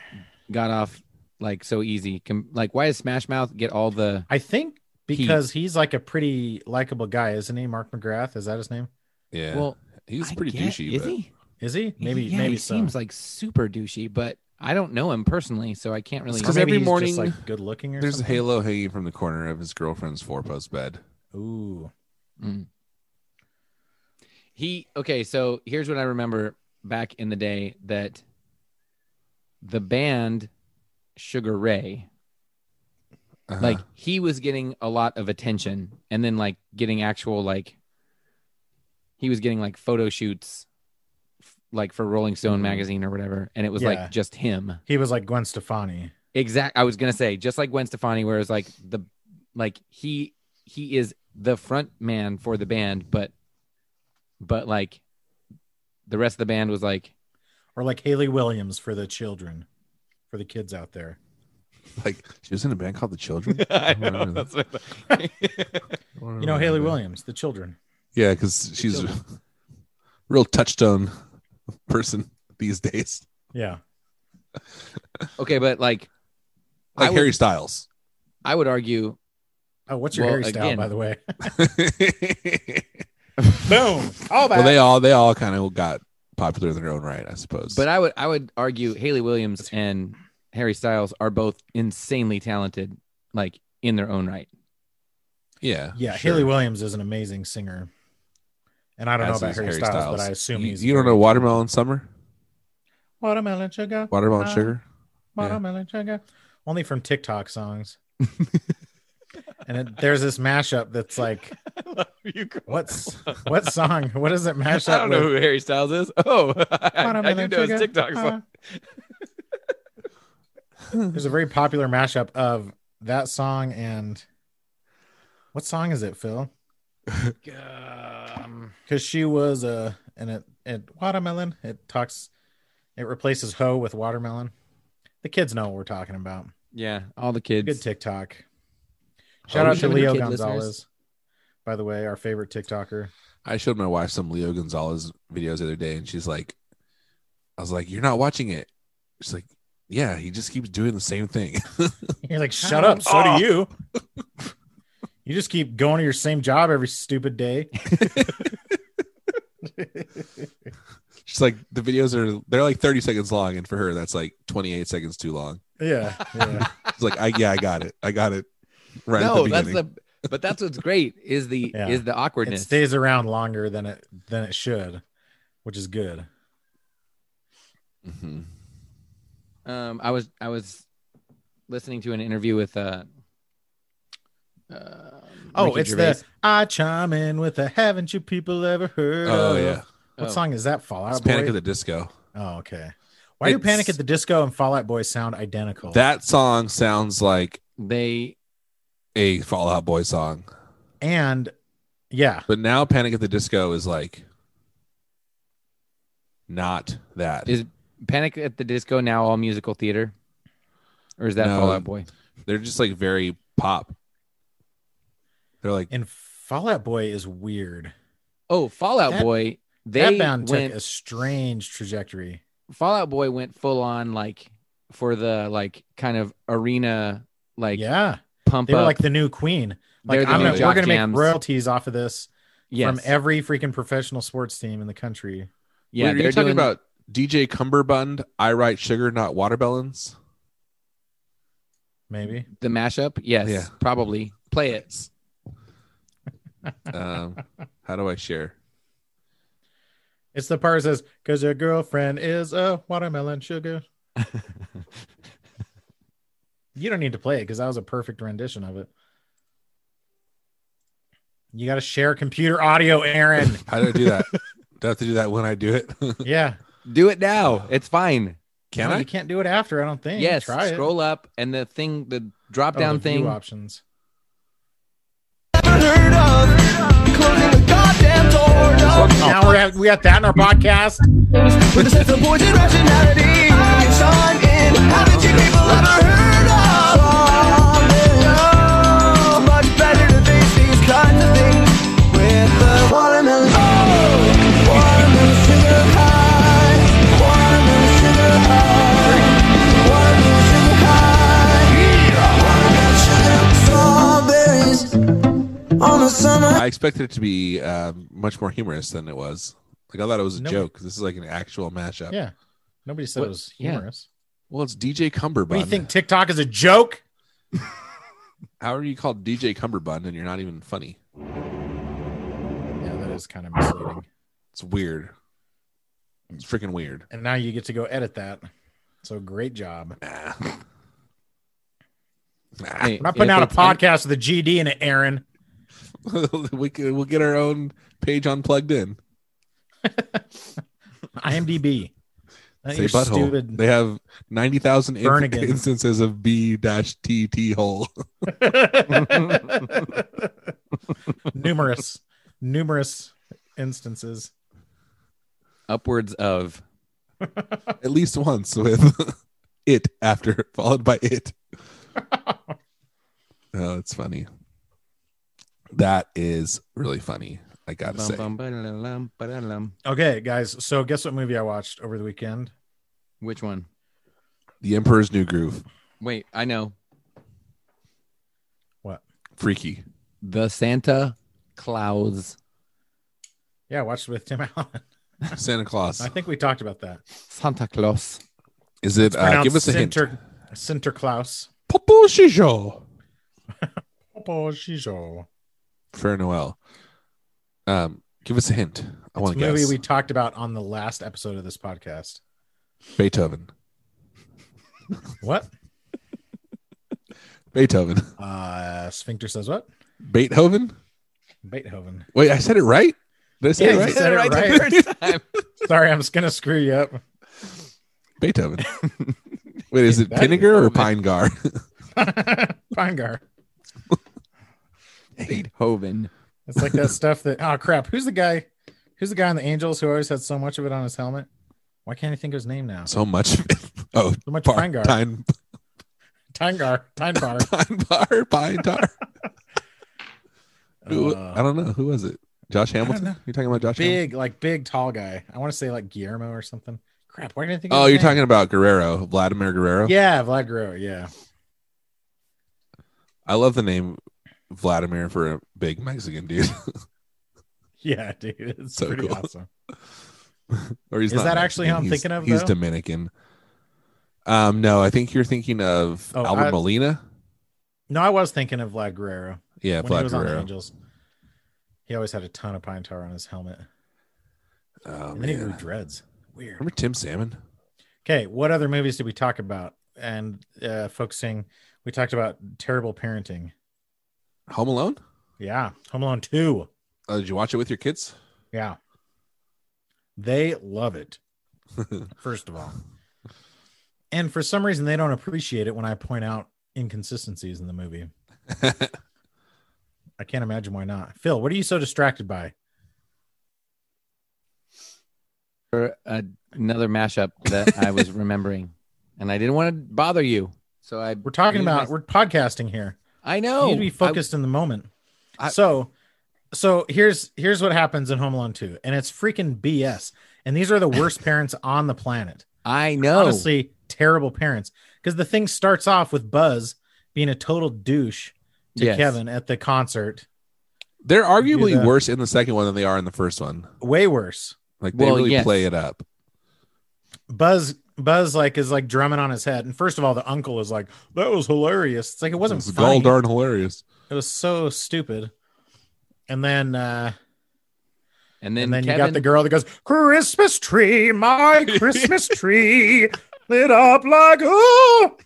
got off like so easy. Com- like, why does Smash Mouth get all the? I think because he's like a pretty likable guy, isn't he? Mark McGrath is that his name? Yeah. Well, he's I pretty get- douchey. Is but he? Is he? Maybe Yeah, maybe he so. seems like super douchey, but I don't know him personally, so I can't really. It's Or 'cause maybe every he's morning just like good looking or There's a something. halo hanging from the corner of his girlfriend's four post bed. Ooh, Mm. He okay. So here's what I remember back in the day that the band Sugar Ray Uh-huh. like he was getting a lot of attention and then like getting actual like he was getting like photo shoots f- like for rolling stone Mhm. magazine or whatever and it was Yeah. like just him he was like Gwen Stefani. exact i was gonna say just like gwen stefani where it was like the like he he is the front man for the band but but like the rest of the band was like or like Haley Williams for the children, for the kids out there. like she was in a band called The Children. know, remember that's You know Mm-hmm. Haley Williams, the children. Yeah, because she's a real touchstone person these days. Yeah, okay but like I Like would- Harry Styles. i would argue Oh, what's your Well, hairstyle, again- by the way? well, Boom! All that. they all they all kind of got popular in their own right, I suppose. But I would I would argue Haley Williams and Harry Styles are both insanely talented, like in their own right. yeah, yeah, sure. Haley Williams is an amazing singer, and I don't As know about is Harry, Harry Styles, Styles. but I assume You, he's. you don't know Watermelon Summer, watermelon sugar, Watermelon Uh, Sugar. watermelon sugar, only from TikTok songs. and it, there's this mashup that's like, what's what song? What does it mash up with? who Harry Styles is. Oh, Watermelon sugar, uh. There's a very popular mashup of that song and What song is it, Phil? Um, Because she was uh, and it it watermelon. It talks, it replaces hoe with watermelon. The kids know what we're talking about. yeah, all the kids. Good TikTok. Shout Oh, out to showing your Leo kid Gonzalez, listeners? by the way, our favorite TikToker. I showed my wife some Leo Gonzalez videos the other day, and she's like, I was like, you're not watching it. She's like, yeah, he just keeps doing the same thing. You're like, shut up. So Oh. do you. You just keep going to your same job every stupid day. She's like, the videos are they're like 30 seconds long, and for her, that's like 28 seconds too long. yeah, yeah. She's like, I yeah, I got it. I got it. Right at no, the that's beginning. the. But that's what's great is the Yeah. is the It awkwardness. stays around longer than it than it should, which is good. Mhm. um, I was I was listening to an interview with uh. uh Oh, Ricky it's Gervais. the I chime in with a haven't you people ever heard? Oh of?" yeah. What Oh. song is that? Fallout It's Boy. Panic at the Disco. oh, okay. Why do It's- Panic at the Disco and Fallout Boy sound identical? That song sounds like they a Fallout Boy song. and yeah, But now Panic at the Disco is like not that. Is- Panic at the Disco now all musical theater, or is that No. Fallout Boy? They're just like very pop. They're like and Fallout Boy is weird. Oh, Fallout That- Boy. They that band went took a strange trajectory. Fallout Boy went full on like for the like kind of arena like yeah, pump they were up. like the new Queen. Like They're the I'm new gonna, we're jock gonna jams. make royalties off of this yes. from every freaking professional sports team in the country. yeah, Wait, are you they're talking doing about DJ Cumberbund, I write sugar, not watermelons. Maybe the mashup. Yes, Yeah. probably play it. Um, how do I share? it's the part that says because your girlfriend is a watermelon sugar. you don't need to play it because that was a perfect rendition of it. You got to share computer audio, Aaron. How do I do that? do I have to do that when I do it? yeah, Do it now. It's fine. Can No, I? You can't do it after. I don't think. yes, try it. scroll up and the thing, the drop Oh, down the view thing. options. Oh. Now we're at, we got that in our podcast. On a summer I expected it to be um, much more humorous than it was. Like I thought it was a No. joke. This is like an actual mashup. Yeah. Nobody said What- it was yeah. humorous. Well, it's DJ Cumberbund. What do you think? TikTok is a joke? How are you called DJ Cumberbund and you're not even funny? Yeah, that is kind of misleading. It's weird. It's freaking weird. And now you get to go edit that. So great job. Nah. Nah. Hey, We're not putting if out a it's un- podcast with a GD in it, Aaron. we can, we'll get our own page unplugged in. IMDb. Not Say your butthole. stupid. They have ninety thousand Bernigan. instances of B dash T T hole. numerous, numerous instances. upwards of. At least once with it after followed by it. oh, that's funny. That is really funny. I gotta Bum, say. bum, ba-da-lum, ba-da-lum. Okay, guys. So guess what movie I watched over the weekend? Which one? The Emperor's New Groove. Wait, I know. What? Freaky. The Santa Claus. Yeah, I watched it with Tim Allen. Santa Claus. I think we talked about that. Santa Claus. Is it uh, Pronounced give us a hint. Sinter, Sinterklaas. Popo Shijo. Popo Shijo. Fair Noel. Um, give us a hint. I It's a want to movie guess. we talked about on the last episode of this podcast. Beethoven. What? Beethoven. Uh Sphincter says what? Beethoven? Beethoven. Wait, I said it right? Did I say Yeah, it you right? said it right. the first time. Sorry, I'm just gonna screw you up. Beethoven. Wait, is it That is Pinnegar or Beethoven. Pinegar? Fine, Gar. Beethoven. It's like that stuff that oh crap. Who's the guy? Who's the guy on the Angels who always had so much of it on his helmet? Why can't I think of his name now? So, So much. of it. Oh, much bar, Pinegar. pine, Tynegar. Tynebar. pine bar, pine tar. Who- Uh, I don't know who was it. Josh don't Hamilton. know. You're talking about Josh. Hamilton? big, like big tall guy. I want to say like Guillermo or something. Crap, why didn't I think of Oh, his you're name? talking about Guerrero, Vladimir Guerrero. Yeah, Vlad Guerrero, yeah. I love the name Vladimir for a big Mexican dude. Yeah, dude. It's So pretty cool. awesome. or he's Is not that actually who I'm Mexican, thinking of, He's though? Dominican. Um, no, I think you're thinking of Oh, Albert I- Molina. No, I was thinking of Vlad Guerrero Yeah, when he Vlad was on the Guerrero. Angels. He always had a ton of pine tar on his helmet. Oh, and then he grew man. dreads. Weird. Remember Tim Salmon? Okay, what other movies did we talk about? And uh focusing we talked about terrible parenting. Home Alone? Yeah. Home Alone 2. Uh, did you watch it with your kids? Yeah. They love it. first of all. And for some reason, they don't appreciate it when I point out inconsistencies in the movie. I can't imagine why not. Phil, what are you so distracted by? Or uh, another mashup that I was remembering, and I didn't want to bother you, so I. We're talking muted about my- we're podcasting here. I You know. need to be Oh, I- focused in the moment. I- so, so here's here's what happens in Home Alone 2, and it's freaking BS. And these are the worst parents on the planet. I, know. honestly terrible parents because the thing starts off with Buzz being a total douche to Yes. Kevin at the concert. They're do arguably that. worse in the second one than they are in the first one. Way worse. Like they Well, really yes. play it up. Buzz Buzz like is like drumming on his head. And first of all, the uncle is like, that was hilarious. It's like it wasn't It's funny. all darn hilarious. It was so stupid. And then uh and, and then, then you Kevin, got the girl that goes, Christmas tree, my Christmas tree lit up like oh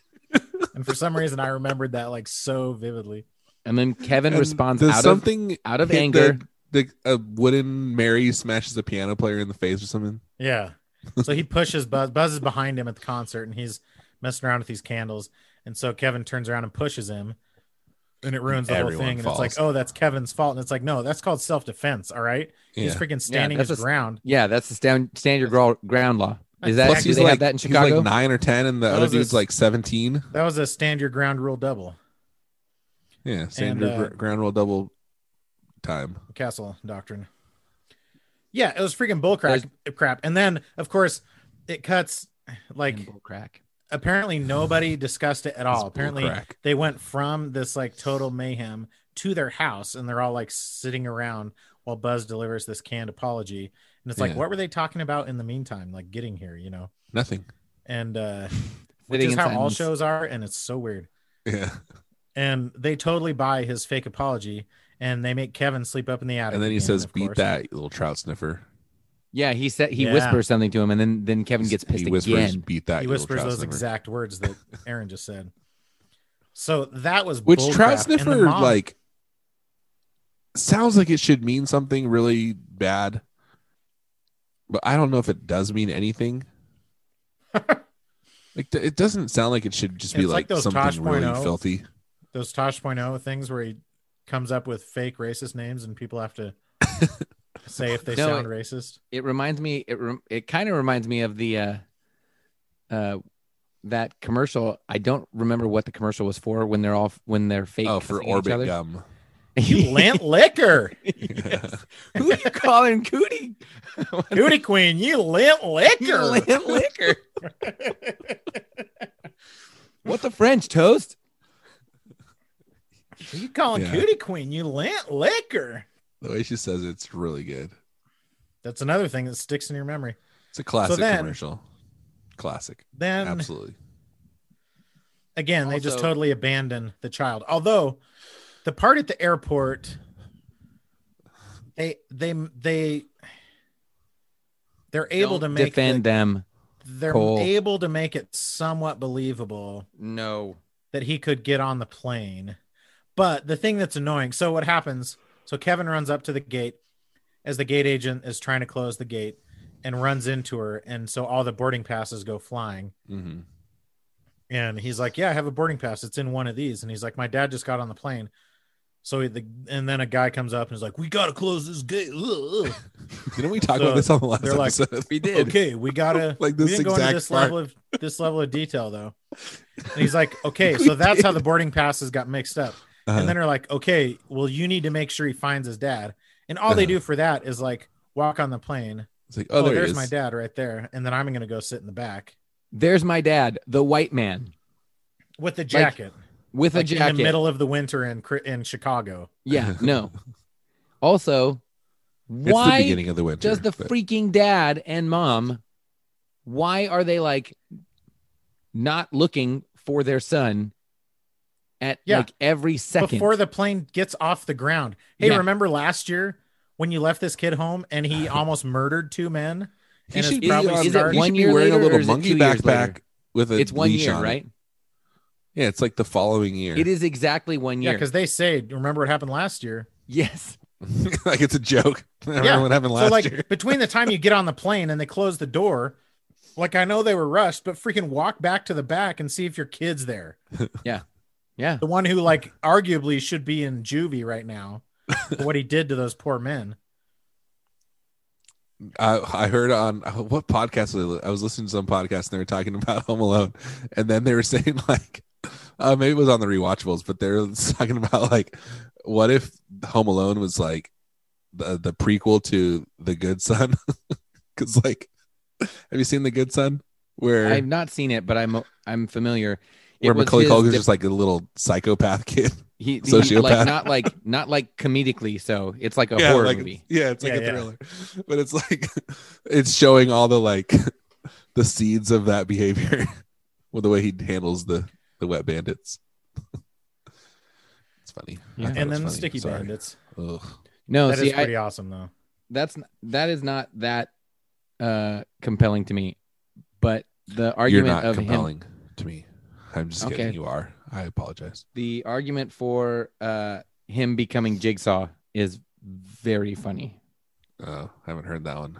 and for some reason I remembered that like so vividly. and then Kevin And responds does out of something out of hit anger. The, the a wooden Mary smashes a piano player in the face or something. Yeah. So he pushes Buzz. Buzz is behind him at the concert and he's messing around with these candles. And so Kevin turns around and pushes him and it ruins the Everyone whole thing. And falls. it's like, oh, that's Kevin's fault. And it's like, no, that's called self defense. All right. He's Yeah. freaking standing that's his a- ground. yeah, that's the stand, stand your ground, ground law. Is that Plus, do he's they like have that in he's like Chicago? nine or ten, and the That other was dude's his- like seventeen. That was a stand your ground rule double, Yeah, standard uh, Oh, gr- ground roll double time. castle doctrine. Yeah. It was freaking bull crap. crap. And then, of course, it cuts like And bull crack. apparently nobody discussed it It's at all. bull Apparently, crack. they went from this like total mayhem to their house and they're all like sitting around while Buzz delivers this canned apology. And it's like, Yeah. what were they talking about in the meantime, like getting here, you know? nothing. And uh which Sitting is in how all silence. shows are, and it's so weird. Yeah, And they totally buy his fake apology and they make Kevin sleep up in the attic. and then he again, says, of "Beat course. that, you little trout sniffer." Yeah, he said he Yeah. whispers something to him, and then then Kevin gets pissed he whispers, again. "Beat that." He you little whispers trout those sniffer." exact words that Aaron just said. So that was Which bull trout crap. And the sniffer mom- like sounds like it should mean something really bad, but I don't know if it does mean anything. like th- it doesn't sound like it should just be It's like like, those something really 0.0. filthy. those Tosh.0 things where he comes up with fake racist names and people have to say if they No, sound racist. It reminds me. It rem it kind of reminds me of the uh, uh, that commercial. I don't remember what the commercial was for when they're all when they're fake. Oh, for cussing each orbit other. gum. You lint liquor, Yes. Who you calling cootie? Booty Queen, you lint You liquor. lint liquor. What the French toast? you calling Yeah. Cootie Queen, you lint liquor. The way she says it's really good. That's another thing that sticks in your memory. It's a classic then- commercial. Classic. Then Absolutely. again, they just Also- totally abandon the child. Although the part at the airport, they they they they're able Don't to make the- defend them. they're Cole. able to make it somewhat believable No. that he could get on the plane. But the thing that's annoying, so what happens? So Kevin runs up to the gate as the gate agent is trying to close the gate and runs into her and so all the boarding passes go flying hmm and he's like, "Yeah, I have a boarding pass. It's in one of these." And he's like, "My dad just got on the plane." So the and then a guy comes up and is like, "We gotta close this gate." Ugh, ugh." Didn't we talk So, about this on the last they're like- episode? We did. okay, we gotta. like we this didn't go into exact this part. level of this level of detail though. And he's like, "Okay, so that's how the boarding passes got mixed up." Uh-huh. And then they're like, "Okay, well, you need to make sure he finds his dad." And all they Uh-huh. do for that is like walk on the plane. it's like, Oh, oh, there there's he is. my dad right there. And then I'm gonna go sit in the back There's my dad, the white man with the jacket, with like a jacket. in the middle of the winter in Cri- in Chicago. Yeah, no. Also, It's the why beginning of the winter. does the but- freaking dad and mom why are they like not looking for their son at Yeah. like every second? before the plane gets off the ground. Hey, Yeah. remember last year when you left this kid home and he almost murdered two men? he and it's should be, probably- on- Is it he should one be year wearing later a or little is it two monkey years later? backpack with a it's one leash year, on it. right? Yeah, it's like the following year. It is exactly one Yeah, year. because they say, remember what happened last year? yes. like it's a joke. I remember Yeah. what happened last so, like, year. between the time you get on the plane and they close the door, like, I know they were rushed, but freaking walk back to the back and see if your kid's there. Yeah. The one who, like, arguably should be in juvie right now for what he did to those poor men. I, I heard on oh, what podcast was I, I was listening to some podcast and they were talking about Home Alone, and then they were saying like, uh, maybe it was on the rewatchables, but they're talking about like, what if Home Alone was like the the prequel to The Good Son? Because like, have you seen The Good Son? Where I've not seen it, but I'm I'm familiar. It where was Macaulay his Culkin's de- just like a little psychopath kid. he, he- sociopath. like not like not like comedically, so it's like a yeah, horror like, movie. Yeah, it's like Yeah, a yeah. thriller, but it's like it's showing all the like the seeds of that behavior with the way he handles the the wet bandits. it's funny. I Yeah. thought and it was then the funny. sticky Sorry. bandits. Ugh. No, That is Oh, see, I, pretty awesome, though. that's n- that is not that uh compelling to me but the You're argument not of him compelling to me. I'm just Okay. kidding. You are. I apologize. the argument for uh him becoming jigsaw is very funny Uh, I haven't heard that one.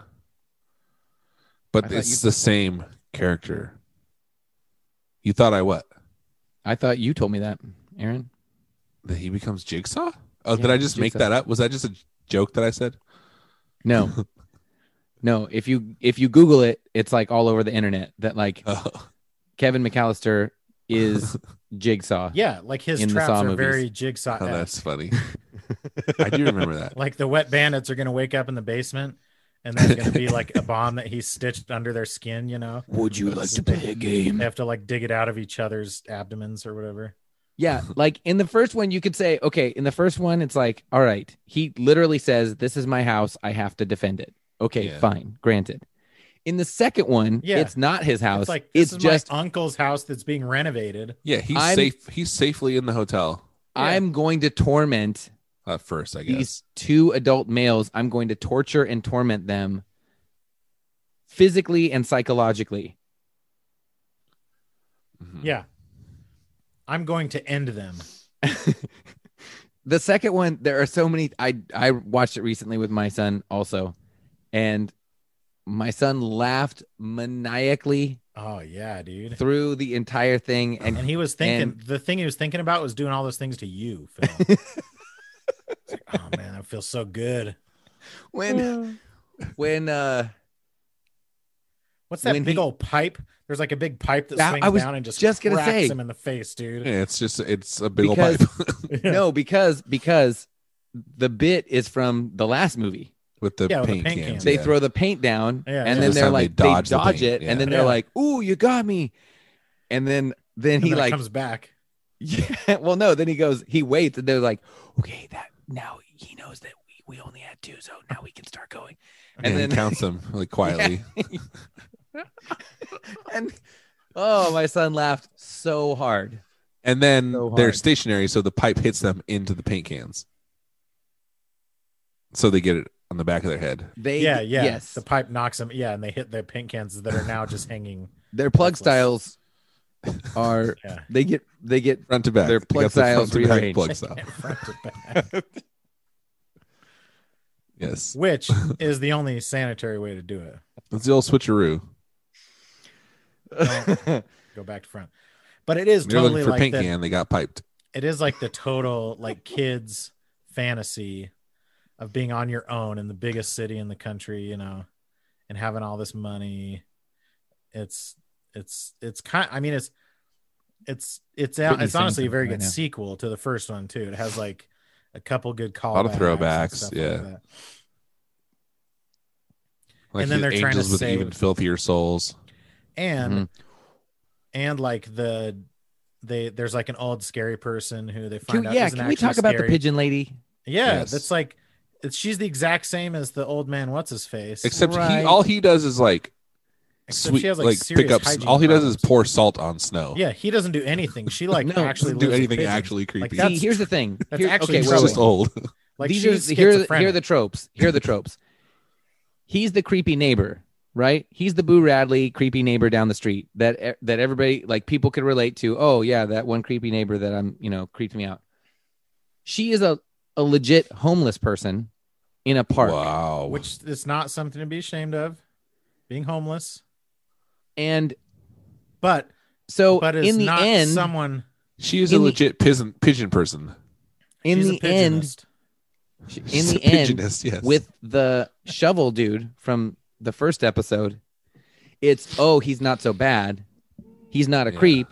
But I thought it's you- the same character. You thought I what? i thought you told me that aaron That he becomes Jigsaw? Oh, Yeah, did I just make Jigsaw. that up? Was that just a joke that I said? no no if you if you google it it's like all over the internet that like Oh, kevin mcallister is jigsaw Yeah, like, his Uh, In the traps Saw are movies. very jigsaw. uh, oh, that's funny. I do remember that. like the wet bandits are going to wake up in the basement and there's going to be like a bomb that he stitched under their skin you know would you like to play a game they have to like dig it out of each other's abdomens or whatever Yeah, like in the first one, you could say, okay, in the first one, it's like, all right, he literally says, "This is my house. I have to defend it." Okay, Yeah. fine, granted. In the second one, Yeah. it's not his house. it's It's, like this is just my uncle's house that's being renovated Yeah, he's I'm- safe. He's safely in the hotel yeah. I'm going to torment at first, I guess. these two adult males. I'm going to torture and torment them physically and psychologically. Mhm. Hmm. yeah i'm going to end them the second one there are so many i i watched it recently with my son also and my son laughed maniacally oh yeah dude through the entire thing and and he was thinking and- the thing he was thinking about was doing all those things to you phil It's like, oh man that feels so good when when uh what's that When big he- old pipe there's like a big pipe that That- swings I was down and just, just gonna cracks say. him in the face dude Yeah, it's just it's a big old Because- pipe. no because because the bit is from the last movie with the Yeah, with the paint paint cans. cans. they yeah. throw the paint down Yeah, and yeah. then This they're time they like they dodge dodge, the paint, it yeah. and then they're Yeah. like ooh you got me and then then and he then it like comes back Yeah. Well, no. Then he goes. He waits, and they're like, "Okay, that now he knows that we, we only had two, so now we can start going." and then counts them like quietly. and oh, my son laughed so hard. And then So they're hard. stationary, so the pipe hits them into the paint cans. So they get it on the back of their head. They yeah, yeah. yes, The pipe knocks them. Yeah, and they hit the paint cans that are now just hanging. their plug Reckless. styles are Yeah. they get they get Front to back. Their They plug got the front styles to back rearranged. plug style. front to back. Yes. Which is the only sanitary way to do it. It's the old switcheroo. Go back to front. But it is They're totally looking for like paint the, can. They got piped. it is like the total like kids fantasy of being on your own in the biggest city in the country, you know, and having all this money. It's it's it's kind. I mean, it's it's it's out. Whitney It's honestly a Houston very right good now. sequel to the first one too. It has like a couple good callbacks, lot of and throwbacks, stuff yeah. that. Like And then the they're trying to angels with save- even filthier souls. and Mm-hmm. and like the they there's like an old scary person who they find Can we- out yeah, isn't can we actually talk about scary. the pigeon lady? Yeah, Yes. that's like it's, she's the exact same as the old man. What's his face? Except he, Right. all he does is like Except sweet, she has, like, like, serious pick up. hygiene All he does is problems. pour salt on snow. Yeah, he doesn't do anything. She like No, actually do actually lives with anything pigeons. actually creepy. that's- See, here's the thing. that's Here- actually okay, He's wait, just wait. old. Like These she's are here. Are, here are schizophrenic. the tropes. Here are the tropes. He's the creepy neighbor, right? He's the Boo Radley creepy neighbor down the street that e, that everybody like people could relate to. Oh yeah, that one creepy neighbor that I'm you know creeped me out. She is a a legit homeless person in a park, Wow. which is not something to be ashamed of, being homeless. and But so but is in the not end, someone. she is in a the- legit pigeon pigeon person. in she's the a end, pigeonist. she- in She's the a end, pigeonist, yes. with the shovel dude from the first episode, it's oh he's not so bad, he's not a Yeah. creep,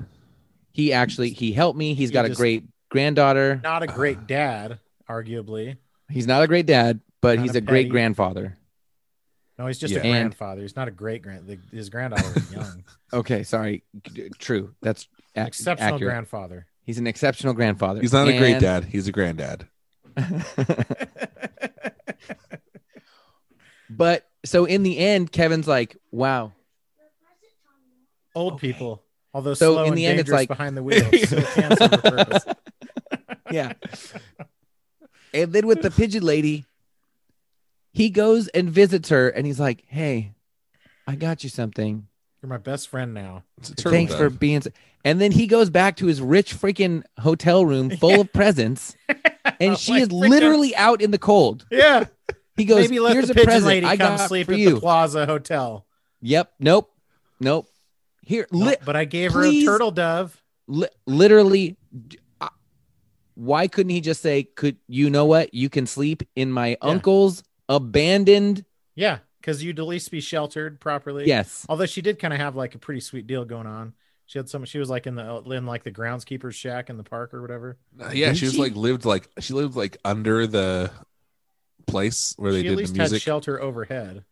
he actually he helped me. He's He got a just- great granddaughter. not a great dad, arguably. he's not a great dad, but Not he's a a, great petty- grandfather. No, he's just Yeah. a And- grandfather. He's not a great grand. the- His granddaughter was young, Okay, sorry, C- true. That's ac- exceptional accurate. grandfather. he's an exceptional grandfather. he's not a great And- dad. He's a granddad. but so in the end, Kevin's like, wow, Old Okay. people, although So slow in and the end, it's dangerous like- behind the wheel, so it can serve a purpose. yeah. And then with the pigeon lady, he goes and visits her and he's like, Hey, I got you something. You're my best friend now. It's a turtle Thanks for dove. being. So-. And then he goes back to his rich freaking hotel room full of presents. And she Like, is freaking- literally out in the cold. Yeah, He goes, maybe let Here's the a pigeon present lady I come got sleep for at you. the Plaza Hotel. yep. Nope. Nope. Here, No, li- but I gave please- her a turtle dove. li- literally d- I- why couldn't he just say could you know what you can sleep in my uncle's abandoned Yeah, because you'd at least be sheltered properly. yes Although she did kind of have like a pretty sweet deal going on. She had some. She was like in the in like the groundskeeper's shack in the park or whatever. Uh, yeah, Didn't she was she- like lived like she lived like under the place where they she at did least the had music. shelter overhead.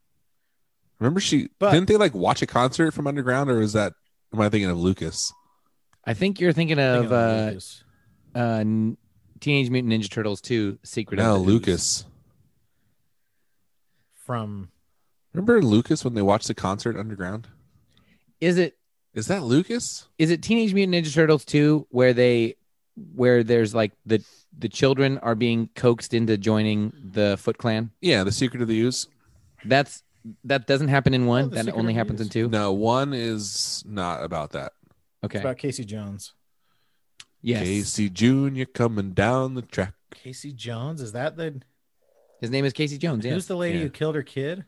Remember she But- didn't they like watch a concert from underground or was that am I thinking of Lucas? i think you're thinking Thinking of uh, Lucas. uh n- teenage mutant ninja turtles 2 secret of No, the Ooze. Lucas. from Remember Lucas when they watched the concert underground? is it Is that Lucas? is it teenage mutant ninja turtles 2 where they where there's like the the children are being coaxed into joining the foot clan Yeah, the Secret of the Ooze. that's that doesn't happen in one. the that Secret only of the happens in Ooze. two No, one is not about that. okay It's about Casey Jones. yes Casey Jr. coming down the track. Casey Jones is that the his name is casey jones yeah. who's the lady Yeah. who killed her kid?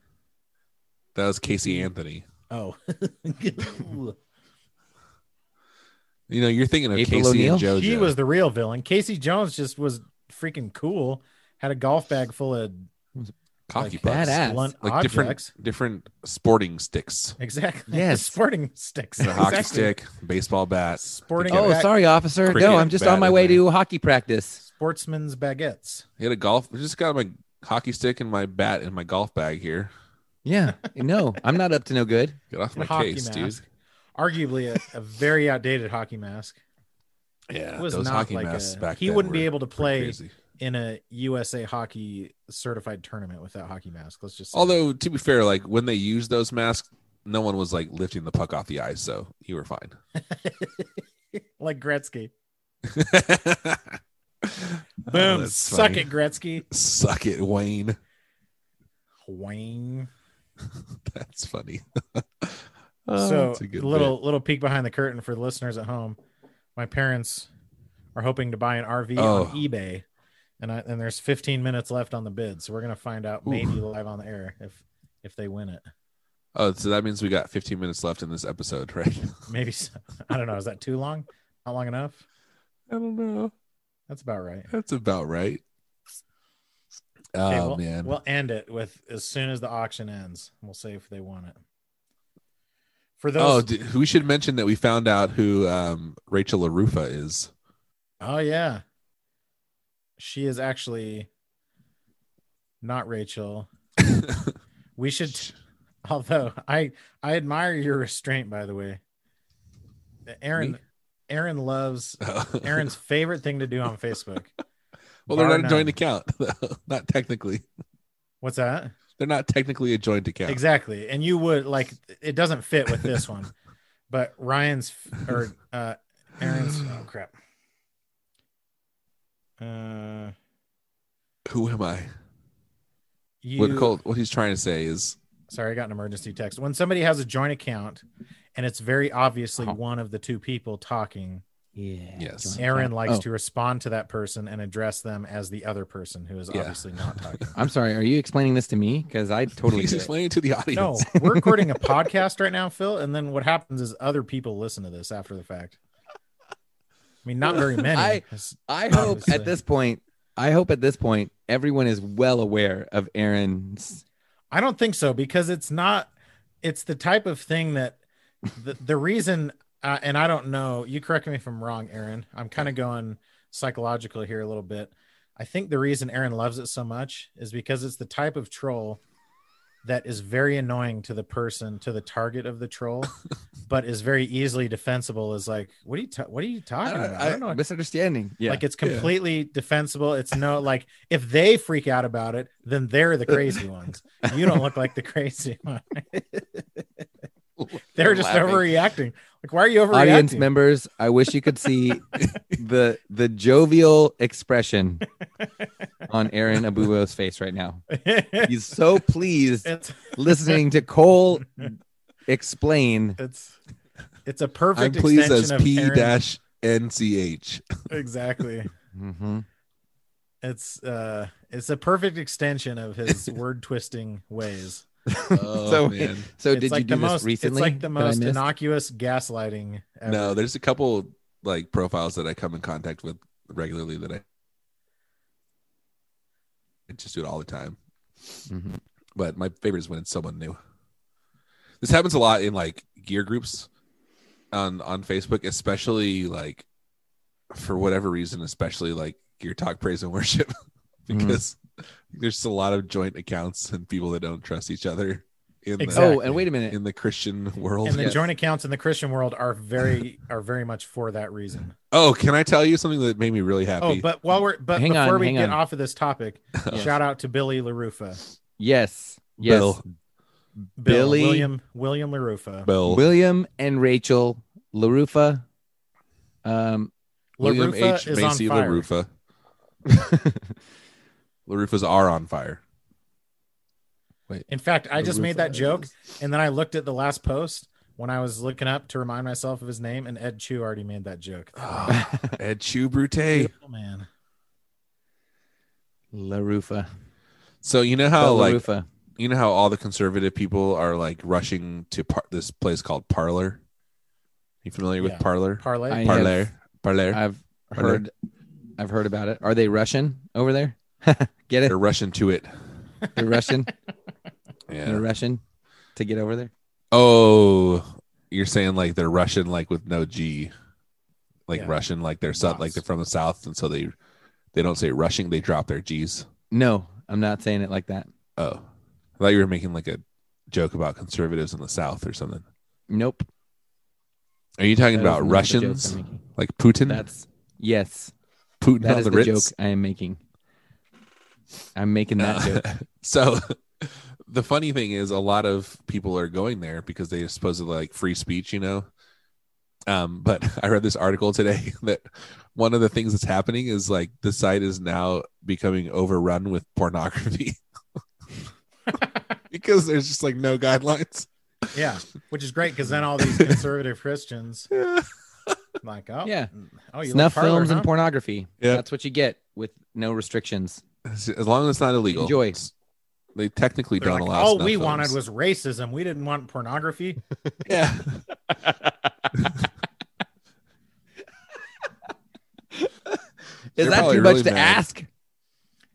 That was Casey Mm. Anthony. Oh, You know, you're thinking of April Casey and O'Neil? JoJo. he was the real villain. Casey Jones just was freaking cool. Had a golf bag full of cocky like, pucks. badass. blunt Like objects. different different sporting sticks. Exactly. Yes. Sporting sticks. A hockey Exactly. stick, baseball bat. Sporting. Get Oh, it. bag- sorry, officer. Cricket no, I'm just bat on my in way there. to hockey practice. Sportsman's baguettes. He had a golf. I just got my hockey stick and my bat in my golf bag here. Yeah. No, I'm not up to no good. Get off and my a hockey case, mask. Arguably a, a very outdated hockey mask. dude. Yeah, It was those not hockey like masks a- back he then wouldn't were be able to pretty play crazy. in a USA hockey certified tournament with that hockey mask. Let's just say. Although to be fair, like when they used those masks, no one was like lifting the puck off the ice, so you were fine. like Gretzky. Oh, Boom. that's Suck funny. it, Gretzky. suck it, Wayne. Wang. That's funny. so That's a good little little peek behind the curtain for the listeners at home. My parents are hoping to buy an RV Oh. on eBay, and I, and there's 15 minutes left on the bid, so we're gonna find out Ooh. maybe live on the air if if they win it. Oh, so that means we got 15 minutes left in this episode, right? Maybe so. I don't know. Is that too long? Not long enough? I don't know. That's about right. That's about right. Oh Okay, we'll, man. We'll end it with as soon as the auction ends. We'll say if they want it. For oh, those, oh, d- we should mention that we found out who um, Rachel LaRufa is. Oh, yeah, she is actually not Rachel. we should, although I I admire your restraint, by the way. Aaron, Me? Aaron loves Aaron's favorite thing to do on Facebook. well, they're bar not a joint none. account. not technically. What's that? They're not technically a joint account. Exactly. And you would like it doesn't fit with this one. but Ryan's f- or uh Aaron's oh crap. Uh Who am I? you What Colt, what he's trying to say is sorry, I got an emergency text. When somebody has a joint account and it's very obviously Oh. one of the two people talking, Yeah. Yes. joint Aaron account. likes Oh, to respond to that person and address them as the other person who is Yeah. obviously not talking. I'm sorry. Are you explaining this to me? Because I totally. he's get it. explaining to the audience. No, we're recording a podcast right now, Phil, and then what happens is other people listen to this after the fact. I mean, not very many. I- It's- I hope Obviously. at this point. I hope at this point everyone is well aware of Aaron's. I don't think so because it's not. It's the type of thing that the the reason, uh, and I don't know. You correct me if I'm wrong, Aaron. I'm kind of going psychological here a little bit. I think the reason Aaron loves it so much is because it's the type of troll that is very annoying to the person to the target of the troll, but is very easily defensible. Is like, what are you ta- what are you talking I- about? I- know. misunderstanding. Yeah. Oh, Like it's Yeah. completely defensible. It's no like if they freak out about it, then they're the crazy ones. You don't look like the crazy one. They're just Laughing. overreacting. Like, why are you overreacting? Audience members, I wish you could see the the jovial expression on Aaron Abubo's face right now. He's so pleased it's listening to Cole explain. it's it's a perfect I'm pleased as extension of P Aaron- dash NCH. exactly. hmm It's uh it's a perfect extension of his word twisting ways. Oh So- man. So it's did like you do the this most recently? it's like the that I most missed? innocuous gaslighting ever. No, there's a couple like profiles that I come in contact with regularly that I I just do it all the time. Mhm. But my favorite is when it's someone new. This happens a lot in like gear groups on on Facebook, especially like for whatever reason, especially like gear talk praise and worship Mm-hmm. because there's just a lot of joint accounts and people that don't trust each other in Exactly. Oh, and wait a minute. the in the Christian world. and the Yes. joint accounts in the Christian world are very are very much for that reason. Oh, can I tell you something that made me really happy? Oh, but while we're but Hang on, before we hang get on. off of this topic, Yes. shout out to Billy Larufa, Yes. Yes. Bill. Billy- William William Larufa, Bill. William and Rachel LaRufa. Um, William LaRufa H. is Macy on fire. LaRufa. LaRufa's are on fire. In fact, I just made that LaRufa joke, is- and then I looked at the last post when I was looking up to remind myself of his name, and Ed Chu already made that joke. Ah, Ed Chu Brute. Beautiful man, LaRufa. So you know how Bill like LaRufa. you know how all the conservative people are like rushing to par- this place called Parlor. You familiar with Yeah. Parlor? parlay. I- Parlor. Parlor. I've Are they- heard I've heard about it. Are they Russian over there? get it? They're rushing to it. They're Russian. They're Yeah. Russian to get over there. Oh, you're saying like they're Russian, like with no G, like Yeah. Russian, like they're south, like Lots. they're from the south, and so they they don't say rushing, they drop their G's. No, I'm not saying it like that. Oh, I thought you were making like a joke about conservatives in the South or something. Nope. Are you talking That about is not the joke Russians, I'm making. like Putin? That's yes. Putin That on is the the, Ritz. joke I am making. I'm making that Uh, joke. so the funny thing is, a lot of people are going there because they supposedly like free speech, you know. Um, but I read this article today that one of the things that's happening is like the site is now becoming overrun with pornography because there's just like no guidelines. yeah, which is great because then all these conservative Christians like, oh Yeah. oh you Snuff like Parler, films huh? and pornography. Yep. That's what you get with no restrictions. As as long as it's not illegal, Enjoy. They technically They're don't like, allow. all snuff we films. wanted was racism. We didn't want pornography. yeah. Is They're that probably too much really to mad. ask?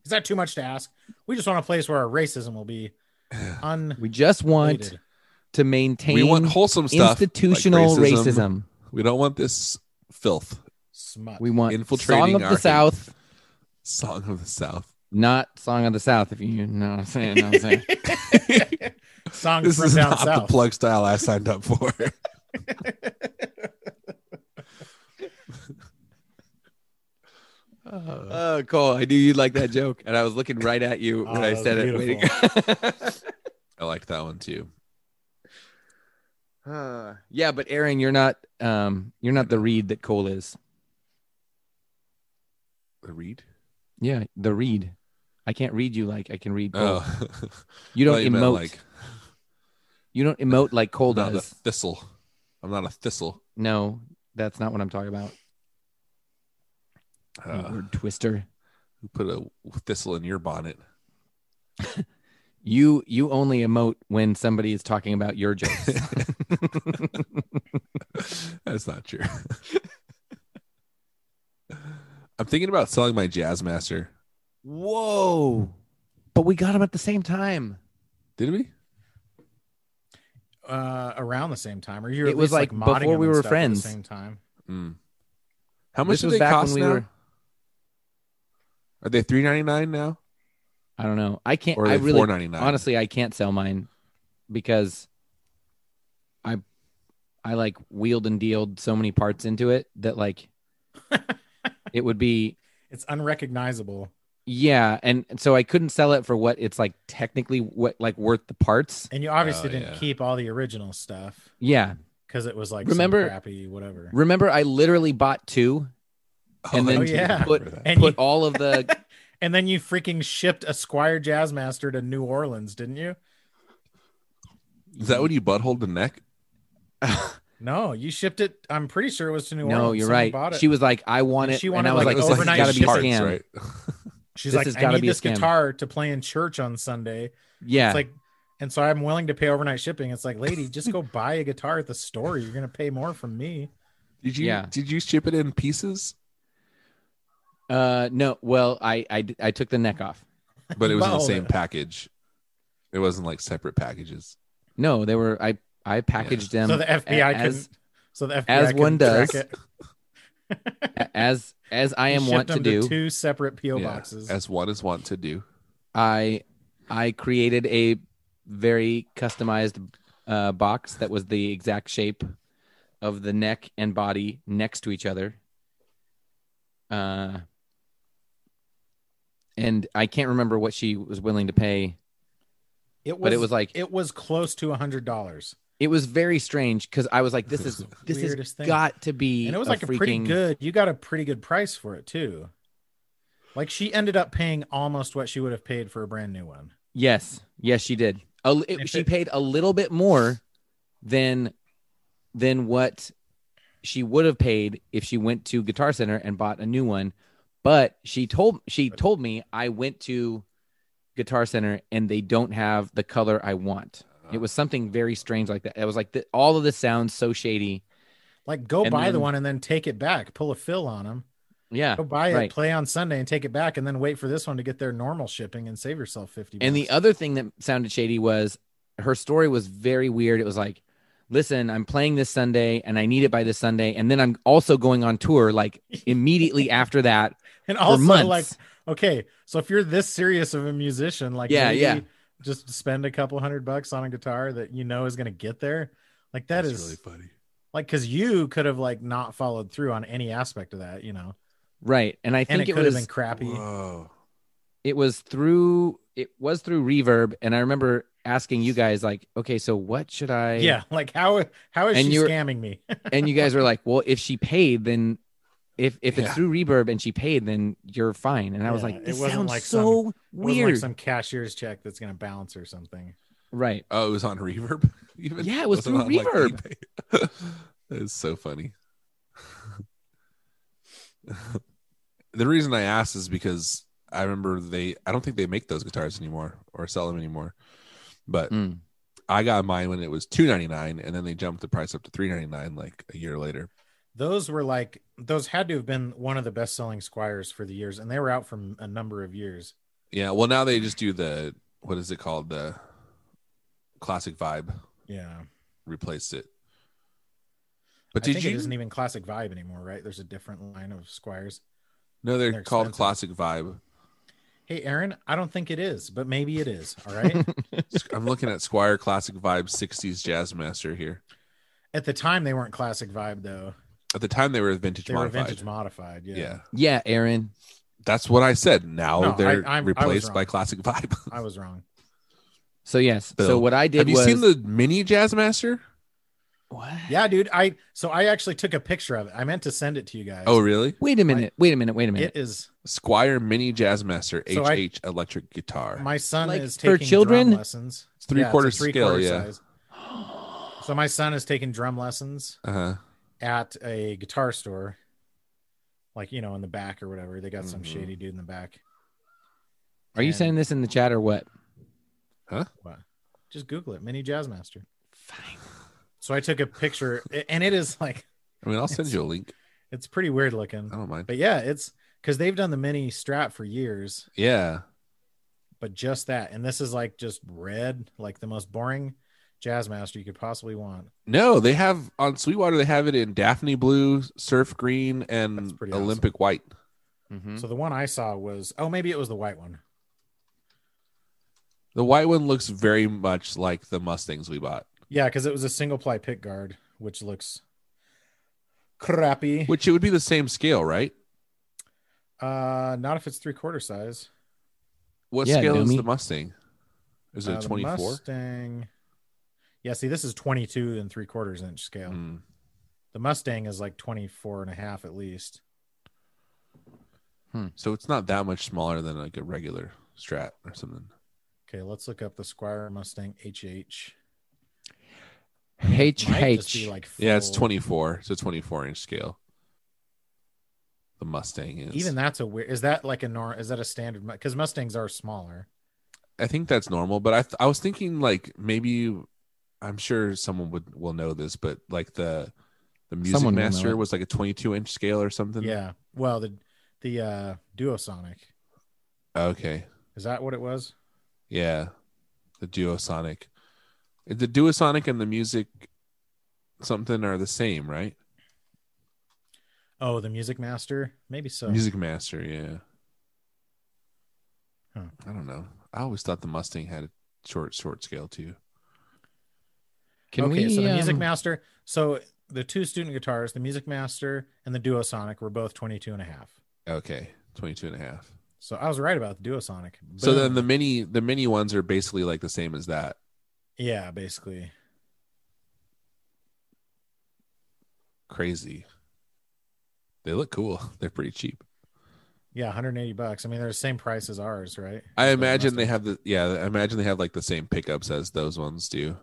Is that too much to ask? We just want a place where our racism will be unrelated. We just want to maintain we want wholesome stuff. like institutional racism. We don't want this filth. smut. We want Infiltrating Song of our the hate. South, Song of the South. not Song of the South, if you know what I'm saying. know what I'm saying. Song This from is down not the south. plug style I signed up for. Uh, oh, Cole, I knew you'd like that joke. And I was looking right at you when Oh, that I was said it. Waiting- I liked that one too. Uh, yeah, but Aaron, you're not um you're not the Reed that Cole is. The read? Yeah, the Reed. I can't read you like I can read Cole. Oh, you don't I thought you meant, emote. like you don't emote like Cole not the does. thistle. I'm not a thistle. No, that's not what I'm talking about. you Uh, word twister. who put a thistle in your bonnet? You you only emote when somebody is talking about your jokes. That's not true. I'm thinking about selling my Jazzmaster. Whoa. But we got them at the same time. Did we? Uh, around the same time, or you were It at was, least, like, like, modding before we them and were stuff at friends. The same time. Mm. How much This do was they back when cost we now? were- Are they three ninety nine now, I don't know. I can't or are I they really four ninety nine? honestly I can't sell mine because I I like wheeled and dealed so many parts into it that like it would be It's unrecognizable, yeah and so I couldn't sell it for what it's like technically what like worth the parts. and you obviously Oh, didn't yeah. keep all the original stuff Yeah. because it was like Remember- some crappy whatever. Remember I literally bought two and I then do Oh, yeah. remember put- that. And put you- all of the and then you freaking shipped a Squire Jazzmaster to New Orleans, didn't you? Is that when you butthole the neck? No, you shipped it. I'm pretty sure it was to New Orleans. No, you're Someone right. Bought it. She was like, I want And it. she and wanted, I was like, like, this has overnight got to be a shipping. scam. right? She's this like, has I gotta need be a this scam." guitar to play in church on Sunday. Yeah. It's like, and so I'm willing to pay overnight shipping. It's like, lady, just go buy a guitar at the store. You're gonna pay more from me. Did you Yeah. did you ship it in pieces? uh, no. Well, I, I d- I took the neck off. But it was in the Butthole same it. package. It wasn't like separate packages. No, they were. I I packaged them so the FBI as- couldn't. So the FBI as one couldn't track does, it. as as I You am shipped wont to them do. two separate PO Yeah, boxes. as one is wont to do. I I created a very customized uh, box that was the exact shape of the neck and body next to each other. Uh, and I can't remember what she was willing to pay, it was, but it was like it was close to a hundred dollars. It was very strange because I was like, "This is this has Weirdest thing. got to be." and it was a like a freaking, pretty good you got a pretty good price for it too like she ended up paying almost what she would have paid for a brand new one Yes, yes, she did. A, li- If she it- paid a little bit more than than what she would have paid if she went to Guitar Center and bought a new one. But she told she told me I went to Guitar Center and they don't have the color I want. Uh-huh. It was something very strange like that. It was like the, all of this sounds so shady. like go And buy the then- one and then take it back pull a fill on them Yeah, go buy it right. play on sunday and take it back and then wait for this one to get their normal shipping and save yourself 50 And the bucks. other thing that sounded shady was her story was very weird. It was like, listen, I'm playing this Sunday and I need it by this Sunday. And then I'm also going on tour like immediately after that and for also months. like okay so if you're this serious of a musician like Yeah, maybe yeah. just spend a couple hundred bucks on a guitar that you know is going to get there like that That's is really funny. like because you could have like not followed through on any aspect of that you know right. And I and think it, it, could was have been crappy Whoa. it was through it was through reverb. And I remember asking you guys, like, okay, so what should I Yeah, like how how is And she you're- scamming me? and you guys were like, Well, if she paid, then if if it's Yeah. through reverb and she paid, then you're fine. And I was Yeah, like, it This wasn't sounds like some- so It wasn't weird. like some cashier's check that's gonna bounce or something. right. Oh, it was on reverb. Even Yeah, it was Wasn't through on, Reverb. Like, it's so funny. the reason I asked is because I remember they. I don't think they make those guitars anymore or sell them anymore. But Mm. I got mine when it was two ninety nine, and then they jumped the price up to three ninety nine like a year later. Those were like those had to have been one of the best selling squires for the years, and they were out for a number of years. Yeah. Well, now they just do the what is it called? The classic vibe Yeah. replaced it. But I did think you it isn't even classic vibe anymore, right? There's a different line of squires. No, they're, They're called expensive. classic vibe. Hey, Aaron, I don't think it is, but maybe it is. All right. I'm looking at Squire Classic Vibe 60s Jazz Master here. At the time, they weren't classic vibe though. At the time, they were vintage They modified. were vintage modified. yeah. Yeah. Yeah, Aaron. that's what I said. Now No, they're I- I'm- I was replaced by wrong. classic vibe. I was wrong. So yes. So Bill, what I did Have you was seen the mini Jazz Master? what? Yeah, dude. I so I actually took a picture of it. I meant to send it to you guys. Oh, really? Wait a minute. Wait a minute. Wait a minute. it is. Squire Mini Jazz Master HH So I- electric guitar. My son Like, is for taking children? drum lessons. it's three Yeah, it's a quarter scale. three-quarter Yeah. size. So my son is taking drum lessons Uh-huh. at a guitar store, like you know, in the back or whatever. They got some Mhm. shady dude in the back. Are you And- saying this in the chat or what? What? Just Google it, mini jazz master. Fine. So I took a picture, and it is like I mean, I'll send you a link. it's pretty weird looking. I don't mind. But yeah, it's because they've done the mini strat for years, Yeah. but just that. And this is like just red, like the most boring jazz master you could possibly want. No, they have on Sweetwater, they have it in Daphne Blue, Surf Green, That's and pretty awesome. Olympic White. Mhm. Mm-hmm. So the one I saw was oh, maybe it was the white one. The white one looks very much like the Mustangs we bought, Yeah, because it was a single ply pick guard, which looks crappy. which it would be the same scale, right? Uh, not if it's three quarter size. What Yeah, scale is dummy. the Mustang? Is Uh, it the twenty four? Mustang. Yeah, see, this is 22 and three quarters inch scale. Mm. Hmm. The Mustang is like 24 and a half at least. So it's not that much smaller than like a regular Strat or something. Okay, let's look up the Squire Mustang HH. H Might just be H. like Yeah, it's full- twenty four. It's a twenty four inch scale. The Mustang is Even that's a weird. Is that like a norm? Is that a standard? Because Mustangs are smaller. I think that's normal, but I th- I was thinking like maybe I'm sure someone would will know this, but like the the Music Someone will know Master it. was like a 22 inch scale or something. Yeah. Well, the the uh Duosonic Okay. is that what it was? Yeah. The Duosonic. The Duosonic and the music something are the same, right? Oh, the Music Master. Maybe so. Music Master, yeah. Huh. I don't know. I always thought the Mustang had a short, short scale too. Can okay, we? so the Music um, Master. So the two student guitars, the Music Master and the Duosonic, were both 22 and a half. Okay. 22 and a half. So I was right about the Duosonic. So then Boom. the mini, the mini ones are basically like the same as that. yeah, basically. Crazy. They look cool. They're pretty cheap. Yeah, 180 bucks. I mean, they're the same price as ours, right? I As the imagine they Mustang. have the yeah. I imagine they have like the same pickups as those ones do.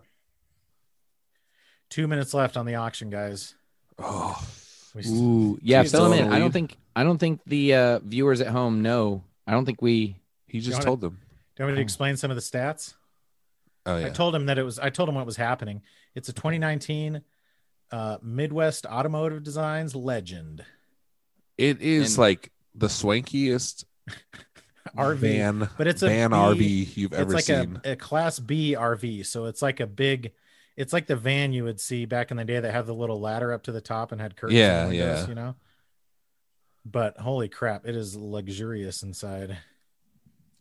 two minutes left on the auction, guys. Oh, We Ooh, yeah, She's fill 'em still in. in the I don't lead. think I don't think the uh, viewers at home know. I don't think we. he just wanna- told them. Do you want me to explain some of the stats? Oh yeah. I told him that it was. I told him what was happening. It's a 2019 uh, Midwest Automotive Designs Legend It is And- like the swankiest RV, van, but it's a van B- RV you've It's ever like seen. a, a Class B RV, so it's like a big. It's like the van you would see back in the day that had the little ladder up to the top and had curtains. Yeah, and windows, yeah. You know. But holy crap, it is luxurious inside.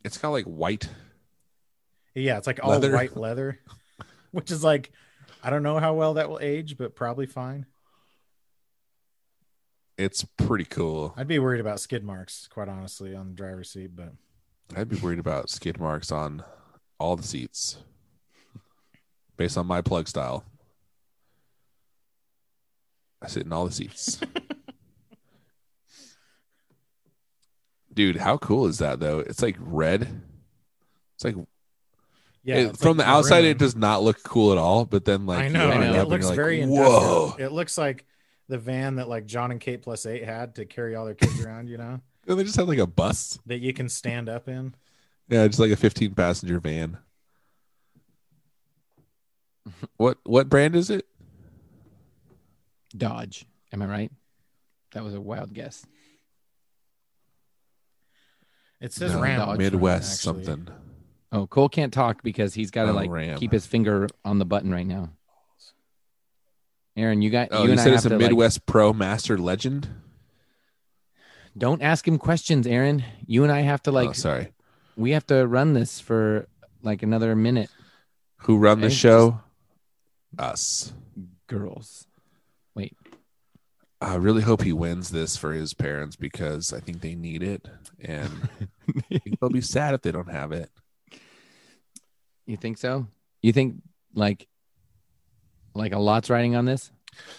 it's got like white. Yeah, it's like all Leather. white leather, which is like, I don't know how well that will age, but probably fine. It's pretty cool. I'd be worried about skid marks, quite honestly, on the driver's seat, but I'd be worried about skid marks on all the seats, based on my plug style. I sit in all the seats. Dude, how cool is that though? It's like red. It's like yeah. it- it's from like the outside, maroon. it does not look cool at all. But then, like, I you know. open I know. up It and looks you're like, very whoa. industrial. It looks like the van that like John and Kate plus eight had to carry all their kids around, you know, Don't they just have like a bus. that you can stand up in. Yeah, just like a 15 passenger van. What what brand is it? Dodge. Am I right? That was a wild guess. It says No, Ram. Dodge Midwest actually. something. Oh, Cole can't talk because he's got to Oh, like Ram. keep his finger on the button right now. Aaron, you got. Oh, you you and I said it's have a to, like- Midwest Pro Master Legend. don't ask him questions, Aaron. You and I have to like. oh, sorry. we have to run this for like another minute, Who run the Hey, show? Us. girls. I really hope he wins this for his parents because I think they need it, and I think they'll be sad if they don't have it. You think so? You think like like a lot's riding on this?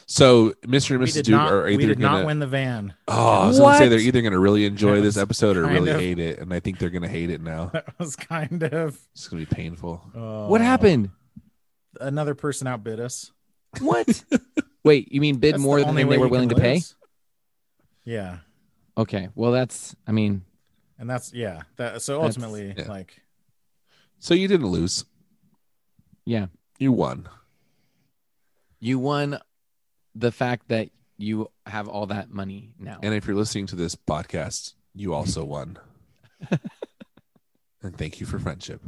So, Mr. and We Mrs. did Duke not, are we either did gonna. not win the van. Oh, I was gonna say What? they're either gonna really enjoy this That was episode or kind really of- hate it, and I think they're gonna hate it now. That was kind of. It's gonna be painful. uh, what happened? Another person outbid us. What? Wait, you mean bid That's more the than only they way were you willing to can pay? lose. Yeah, Okay. Well, that's I mean, and that's yeah. That so That's- ultimately, Yeah. like, So you didn't lose. Yeah. you won. you won the fact that you have all that money now. And if you're listening to this podcast, you also won. and thank you for friendship.